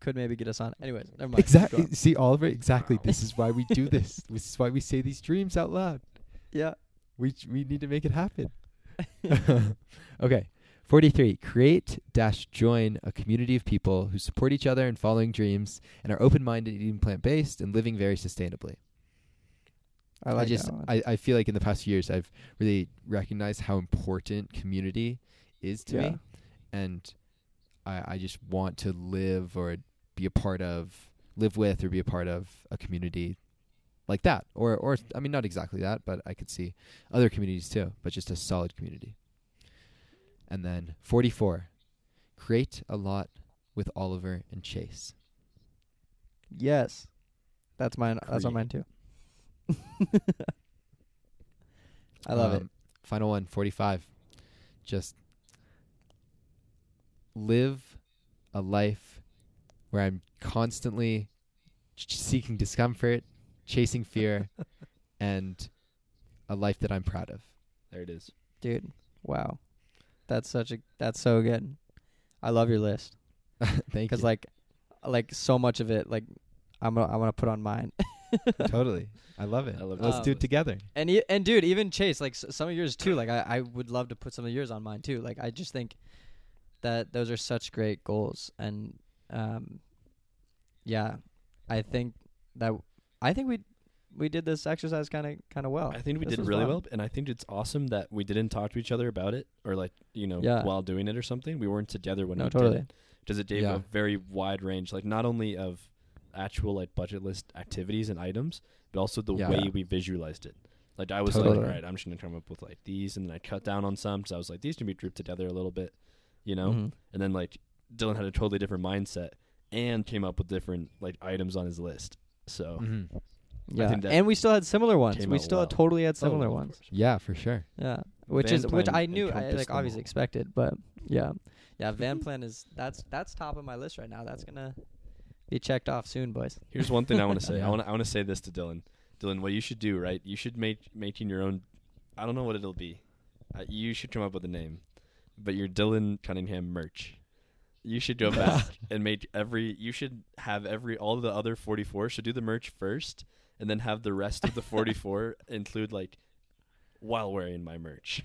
Speaker 2: could maybe get us on. Anyways, never mind.
Speaker 3: Exactly. See, Oliver, exactly.
Speaker 1: Wow.
Speaker 3: This is why we do this. This is why we say these dreams out loud.
Speaker 2: Yeah.
Speaker 3: We j- we need to make it happen. okay. 43. Create dash join a community of people who support each other in following dreams and are open minded, eating plant based, and living very sustainably.
Speaker 2: I like
Speaker 3: just
Speaker 2: that one.
Speaker 3: I, I feel like in the past years I've really recognized how important community is to
Speaker 2: Yeah.
Speaker 3: me. And I I just want to live or be a part of live with or be a part of a community like that. Or or I mean not exactly that, but I could see other communities too, but just a solid community. And then forty four. Create a lot with Oliver and Chase.
Speaker 2: Yes. That's mine. That's on mine too. I love it.
Speaker 3: Um, Final one, 45. Just live a life where I'm constantly ch- seeking discomfort, chasing fear, and a life that I'm proud of.
Speaker 1: There it is.
Speaker 2: Dude, wow. That's such a that's so good. I love your list
Speaker 3: Thank you.
Speaker 2: cuz like like so much of it like I'm gonna, I want to put on mine.
Speaker 3: totally. I love it.
Speaker 1: I love
Speaker 3: Let's
Speaker 2: this
Speaker 3: do
Speaker 1: list.
Speaker 3: it together.
Speaker 2: And e- and dude, even Chase, like s- some of yours too. Like I, I would love to put some of yours on mine too. Like I just think that those are such great goals, and um, yeah, I think that I think we we did this exercise kind of kind of well.
Speaker 1: I think we
Speaker 2: This
Speaker 1: did
Speaker 2: was
Speaker 1: really
Speaker 2: fun.
Speaker 1: well, and I think it's awesome that we didn't talk to each other about it, or like you know,
Speaker 2: Yeah.
Speaker 1: while doing it or something. We weren't together when
Speaker 2: No,
Speaker 1: we did
Speaker 2: totally.
Speaker 1: it because it gave
Speaker 3: Yeah.
Speaker 1: a very wide range, like not only of actual like budget list activities and items, but also the
Speaker 3: Yeah.
Speaker 1: way we visualized it. Like I was like,
Speaker 3: Totally.
Speaker 1: all right, I'm just gonna come up with like these, and then I cut down on some, so I was like, these can be grouped together a little bit, you know.
Speaker 2: Mhm.
Speaker 1: And then like Dylan had a totally different mindset and came up with different like items on his list. So
Speaker 2: Mm-hmm.
Speaker 3: Mhm.
Speaker 2: Yeah,
Speaker 1: think that
Speaker 2: and we still had similar ones.
Speaker 1: came
Speaker 2: We
Speaker 1: out
Speaker 2: still
Speaker 1: well.
Speaker 2: totally had
Speaker 1: Oh,
Speaker 2: similar
Speaker 1: of
Speaker 2: ones.
Speaker 1: course.
Speaker 3: Yeah, for sure.
Speaker 2: Yeah, which
Speaker 1: Van
Speaker 2: is which
Speaker 1: Plan
Speaker 2: I knew I
Speaker 1: encompassed
Speaker 2: like
Speaker 1: them
Speaker 2: obviously
Speaker 1: all.
Speaker 2: expected, but yeah, yeah. Van plan is that's that's top of my list right now. That's gonna be checked off soon, boys.
Speaker 1: Here's one thing I want to say.
Speaker 3: Yeah.
Speaker 1: I want to I want to say this to Dylan. Dylan, what you should do, right? You should make making your own. I don't know what it'll be. Uh, you should come up with a name, but your Dylan Cunningham merch. You should go back and make every. You should have every all the other 44 should do the merch first, and then have the rest of the 44 include like while wearing my merch.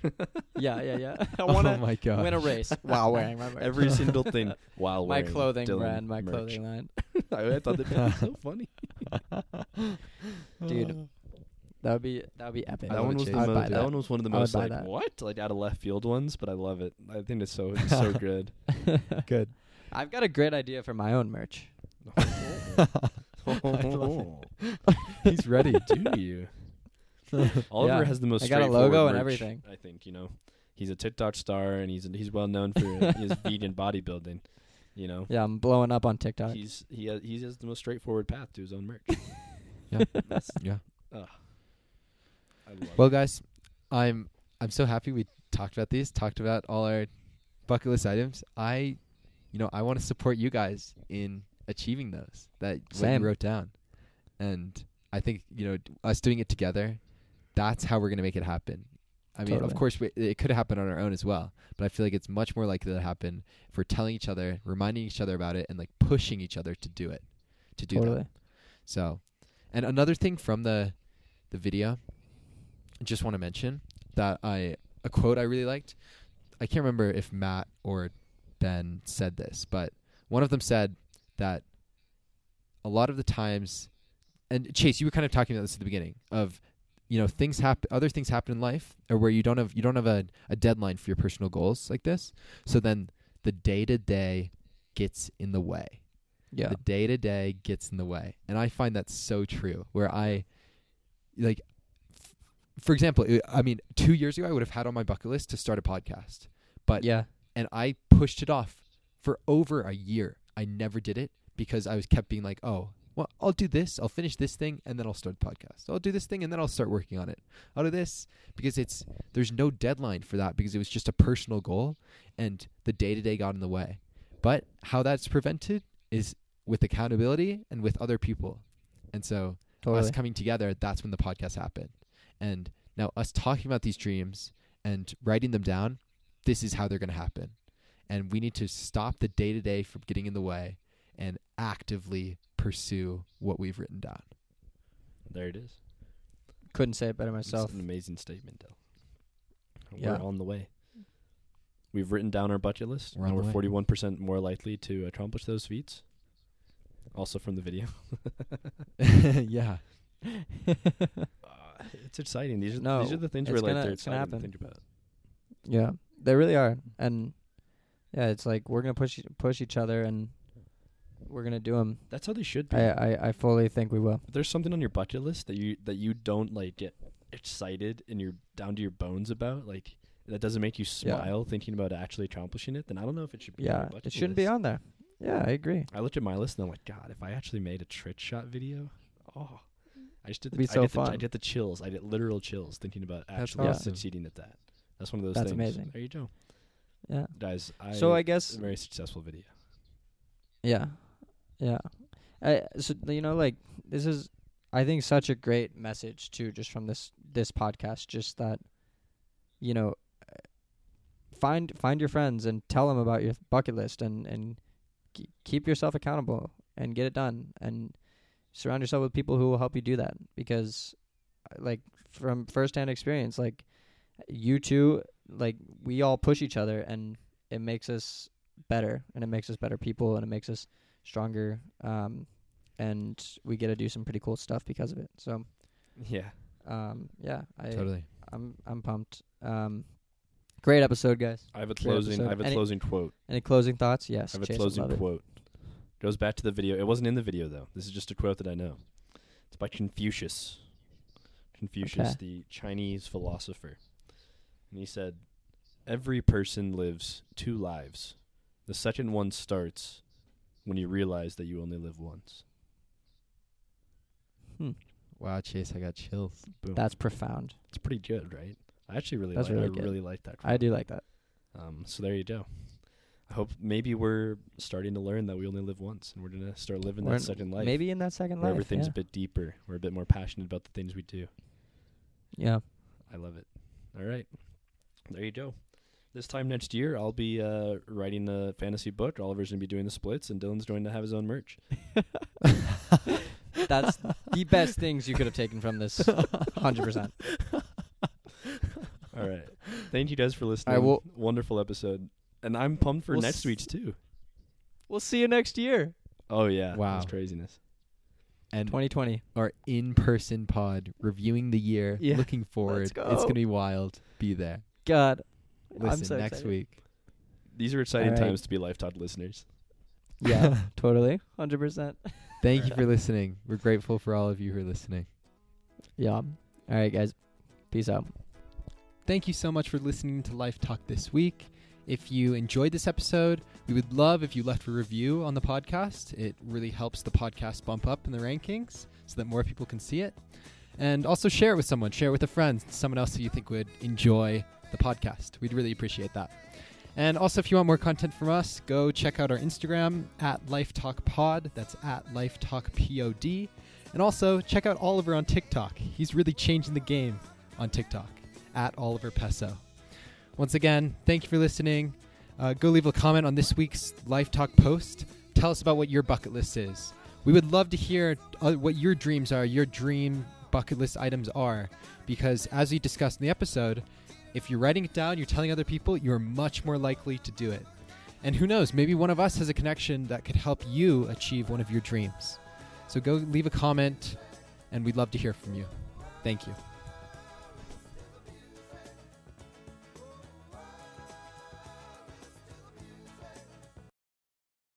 Speaker 2: Yeah, yeah, yeah. I want
Speaker 3: oh
Speaker 2: to
Speaker 3: my god.
Speaker 2: win a race while wearing my merch.
Speaker 1: every single thing while
Speaker 2: my
Speaker 1: wearing
Speaker 2: clothing
Speaker 1: Dylan
Speaker 2: brand, my
Speaker 1: merch.
Speaker 2: clothing line.
Speaker 1: I, I thought that'd be so funny.
Speaker 2: Dude, That would be that would be epic.
Speaker 3: I
Speaker 1: that
Speaker 3: love
Speaker 1: one
Speaker 3: it,
Speaker 1: was the
Speaker 3: Chase. I'd
Speaker 1: most,
Speaker 3: buy
Speaker 1: that.
Speaker 3: that.
Speaker 1: one was one of the
Speaker 2: I would
Speaker 1: most
Speaker 2: buy
Speaker 1: like
Speaker 2: that.
Speaker 1: what like out of left field ones, but I love it. I think it's so it's so good.
Speaker 3: good.
Speaker 2: I've got a great idea for my own merch.
Speaker 3: He's ready.
Speaker 1: Do you? Oliver
Speaker 2: Yeah.
Speaker 1: has the most.
Speaker 2: I got a
Speaker 1: straightforward
Speaker 2: logo and
Speaker 1: merch,
Speaker 2: everything.
Speaker 1: I think you know he's a TikTok star and he's he's well known for his vegan bodybuilding. You know
Speaker 2: Yeah, I'm blowing up on TikTok.
Speaker 1: he's he has, he has the most straightforward path to his own merch.
Speaker 3: Yeah.
Speaker 1: That's-
Speaker 3: Yeah.
Speaker 1: ugh. I love
Speaker 3: Well,
Speaker 1: it.
Speaker 3: guys, I'm I'm so happy we talked about these, talked about all our bucket list items. I, you know, I want to support you guys in achieving those that what
Speaker 2: Same.
Speaker 3: you wrote down, and I think you know d- us doing it together. That's how we're gonna make it happen. I mean,
Speaker 2: Totally.
Speaker 3: of course, we, it could happen on our own as well, but I feel like it's much more likely to happen if we're telling each other, reminding each other about it, and like pushing each other to do it, to do that.
Speaker 2: totally.
Speaker 3: So, and another thing from the the video, I just want to mention that I a quote I really liked. I can't remember if Matt or Ben said this, but one of them said that a lot of the times, and Chase, you were kind of talking about this at the beginning of, you know, things happen, other things happen in life, or where you don't have you don't have a, a deadline for your personal goals like this. So then the day to day gets in the way
Speaker 2: Yeah.
Speaker 3: the day to day gets in the way. And I find that so true. Where I like f- for example, it, I mean, 2 years ago I would have had on my bucket list to start a podcast, but
Speaker 2: yeah.
Speaker 3: and I pushed it off for over a year. I never did it because I was kept being like, "Oh, well, I'll do this. I'll finish this thing, and then I'll start the podcast. I'll do this thing, and then I'll start working on it. I'll do this because it's there's no deadline for that because it was just a personal goal, and the day to day got in the way. But how that's prevented is with accountability and with other people, and so
Speaker 2: Totally.
Speaker 3: us coming together, that's when the podcast happened. And now us talking about these dreams and writing them down, this is how they're going to happen. And we need to stop the day to day from getting in the way and actively pursue what we've written down.
Speaker 1: There it is.
Speaker 2: Couldn't say it better
Speaker 1: It's
Speaker 2: myself.
Speaker 1: an amazing statement, Del.
Speaker 2: Yeah.
Speaker 1: We're on the way. We've written down our bucket list.
Speaker 3: We're on
Speaker 1: and
Speaker 3: the
Speaker 1: we're
Speaker 3: way.
Speaker 1: forty-one percent more likely to accomplish those feats. Also from the video.
Speaker 3: yeah.
Speaker 1: Uh, it's exciting. These are
Speaker 2: No,
Speaker 1: these are the things we're
Speaker 2: it's
Speaker 1: like
Speaker 2: gonna-
Speaker 1: they're
Speaker 2: it's gonna
Speaker 1: exciting to
Speaker 2: happen.
Speaker 1: think about.
Speaker 2: Yeah, they really are, and yeah, it's like we're gonna push push each other, and we're gonna do them.
Speaker 1: That's how they should be.
Speaker 2: I, uh, I I fully think we will.
Speaker 1: if there's something on your bucket list that you that you don't like get excited and you're down to your bones about, like that doesn't make you
Speaker 2: Yeah.
Speaker 1: smile thinking about actually accomplishing it, then I don't know if it should be. on
Speaker 2: Yeah,
Speaker 1: your bucket
Speaker 2: it shouldn't
Speaker 1: list.
Speaker 2: be on there. Yeah, I agree.
Speaker 1: I looked at my list and I'm like, God, if I actually made a trick shot video, oh, I just did. The,
Speaker 2: It'd be
Speaker 1: I
Speaker 2: so
Speaker 1: get The, I
Speaker 2: fun.
Speaker 1: get the chills. I get literal chills thinking about
Speaker 3: That's
Speaker 1: actually
Speaker 2: awesome.
Speaker 1: succeeding at that. That's one of those.
Speaker 2: That's
Speaker 1: things.
Speaker 2: amazing.
Speaker 1: There you go,
Speaker 2: Yeah.
Speaker 1: guys. I
Speaker 2: so I
Speaker 1: it's
Speaker 2: guess
Speaker 1: a very successful video.
Speaker 2: Yeah, yeah. I so you know like this is I think such a great message too, just from this this podcast, just that you know find find your friends and tell them about your bucket list and and ke- keep yourself accountable and get it done and surround yourself with people who will help you do that because uh, like from firsthand experience like you two like we all push each other and it makes us better and it makes us better people and it makes us stronger um and we get to do some pretty cool stuff because of it so
Speaker 1: Yeah,
Speaker 2: um yeah i
Speaker 3: Totally.
Speaker 2: i'm i'm pumped um great episode guys
Speaker 1: I have a
Speaker 2: Great
Speaker 1: closing. I
Speaker 2: episode.
Speaker 1: have a
Speaker 2: Any-
Speaker 1: closing quote.
Speaker 2: any closing thoughts yes
Speaker 1: I have a
Speaker 2: Chase would
Speaker 1: closing
Speaker 2: love it.
Speaker 1: quote. Goes back to the video. It wasn't in the video though. This is just a quote that I know. It's by Confucius. Confucius,
Speaker 2: Okay.
Speaker 1: the Chinese philosopher. And he said, Every person lives two lives. The second one starts when you realize that you only live once.
Speaker 3: Wow, Chase, I got chills.
Speaker 1: Boom.
Speaker 2: that's profound
Speaker 1: it's pretty good, right? I actually really
Speaker 2: That's
Speaker 1: like
Speaker 2: really
Speaker 1: I
Speaker 2: good.
Speaker 1: really like that quote.
Speaker 2: i do like that
Speaker 1: Um, so there you go. I hope maybe we're starting to learn that we only live once and we're gonna start living
Speaker 2: We're-
Speaker 1: that second life.
Speaker 2: maybe in that second
Speaker 1: where
Speaker 2: life
Speaker 1: everything's
Speaker 2: yeah.
Speaker 1: a bit deeper. We're a bit more passionate about the things we do.
Speaker 2: yeah
Speaker 1: I love it. All right, there you go. This time next year, I'll be uh, writing a fantasy book. Oliver's gonna be doing the splits, and Dylan's going to have his own merch.
Speaker 2: that's the best things you could have taken from this 100%
Speaker 1: All right. Thank you guys for listening.
Speaker 2: I will-
Speaker 1: Wonderful episode, and I'm pumped for
Speaker 2: We'll
Speaker 1: next
Speaker 2: s-
Speaker 1: week's too.
Speaker 2: we'll see you next year
Speaker 1: Oh yeah!
Speaker 3: Wow.
Speaker 1: that's craziness.
Speaker 3: And
Speaker 2: 2020
Speaker 3: our in person pod reviewing the year,
Speaker 2: Yeah.
Speaker 3: looking forward.
Speaker 2: go.
Speaker 3: It's going to be wild. Be there.
Speaker 2: god
Speaker 3: Listen
Speaker 2: i'm so
Speaker 3: next
Speaker 2: excited.
Speaker 3: week.
Speaker 1: These are exciting
Speaker 2: All right.
Speaker 1: times to be Life Talk listeners.
Speaker 2: yeah totally 100%
Speaker 3: Thank you for listening. We're grateful for all of you who are listening.
Speaker 2: yeah all right guys peace out
Speaker 3: Thank you so much for listening to Life Talk this week. If you enjoyed this episode, we would love if you left a review on the podcast. It really helps the podcast bump up in the rankings so that more people can see it. And also share it with someone, share it with a friend, someone else who you think would enjoy the podcast. We'd really appreciate that. And also, if you want more content from us, go check out our Instagram at Life Talk Pod. That's at Life Talk Pod. And also, check out Oliver on TikTok. He's really changing the game on TikTok at Oliver Peso. Once again, thank you for listening. Uh, go leave a comment on this week's Life Talk post. Tell us about what your bucket list is. We would love to hear uh, what your dreams are, your dream bucket list items are, because as we discussed in the episode, if you're writing it down, you're telling other people, you're much more likely to do it. And who knows, maybe one of us has a connection that could help you achieve one of your dreams. So go leave a comment, and we'd love to hear from you. Thank you.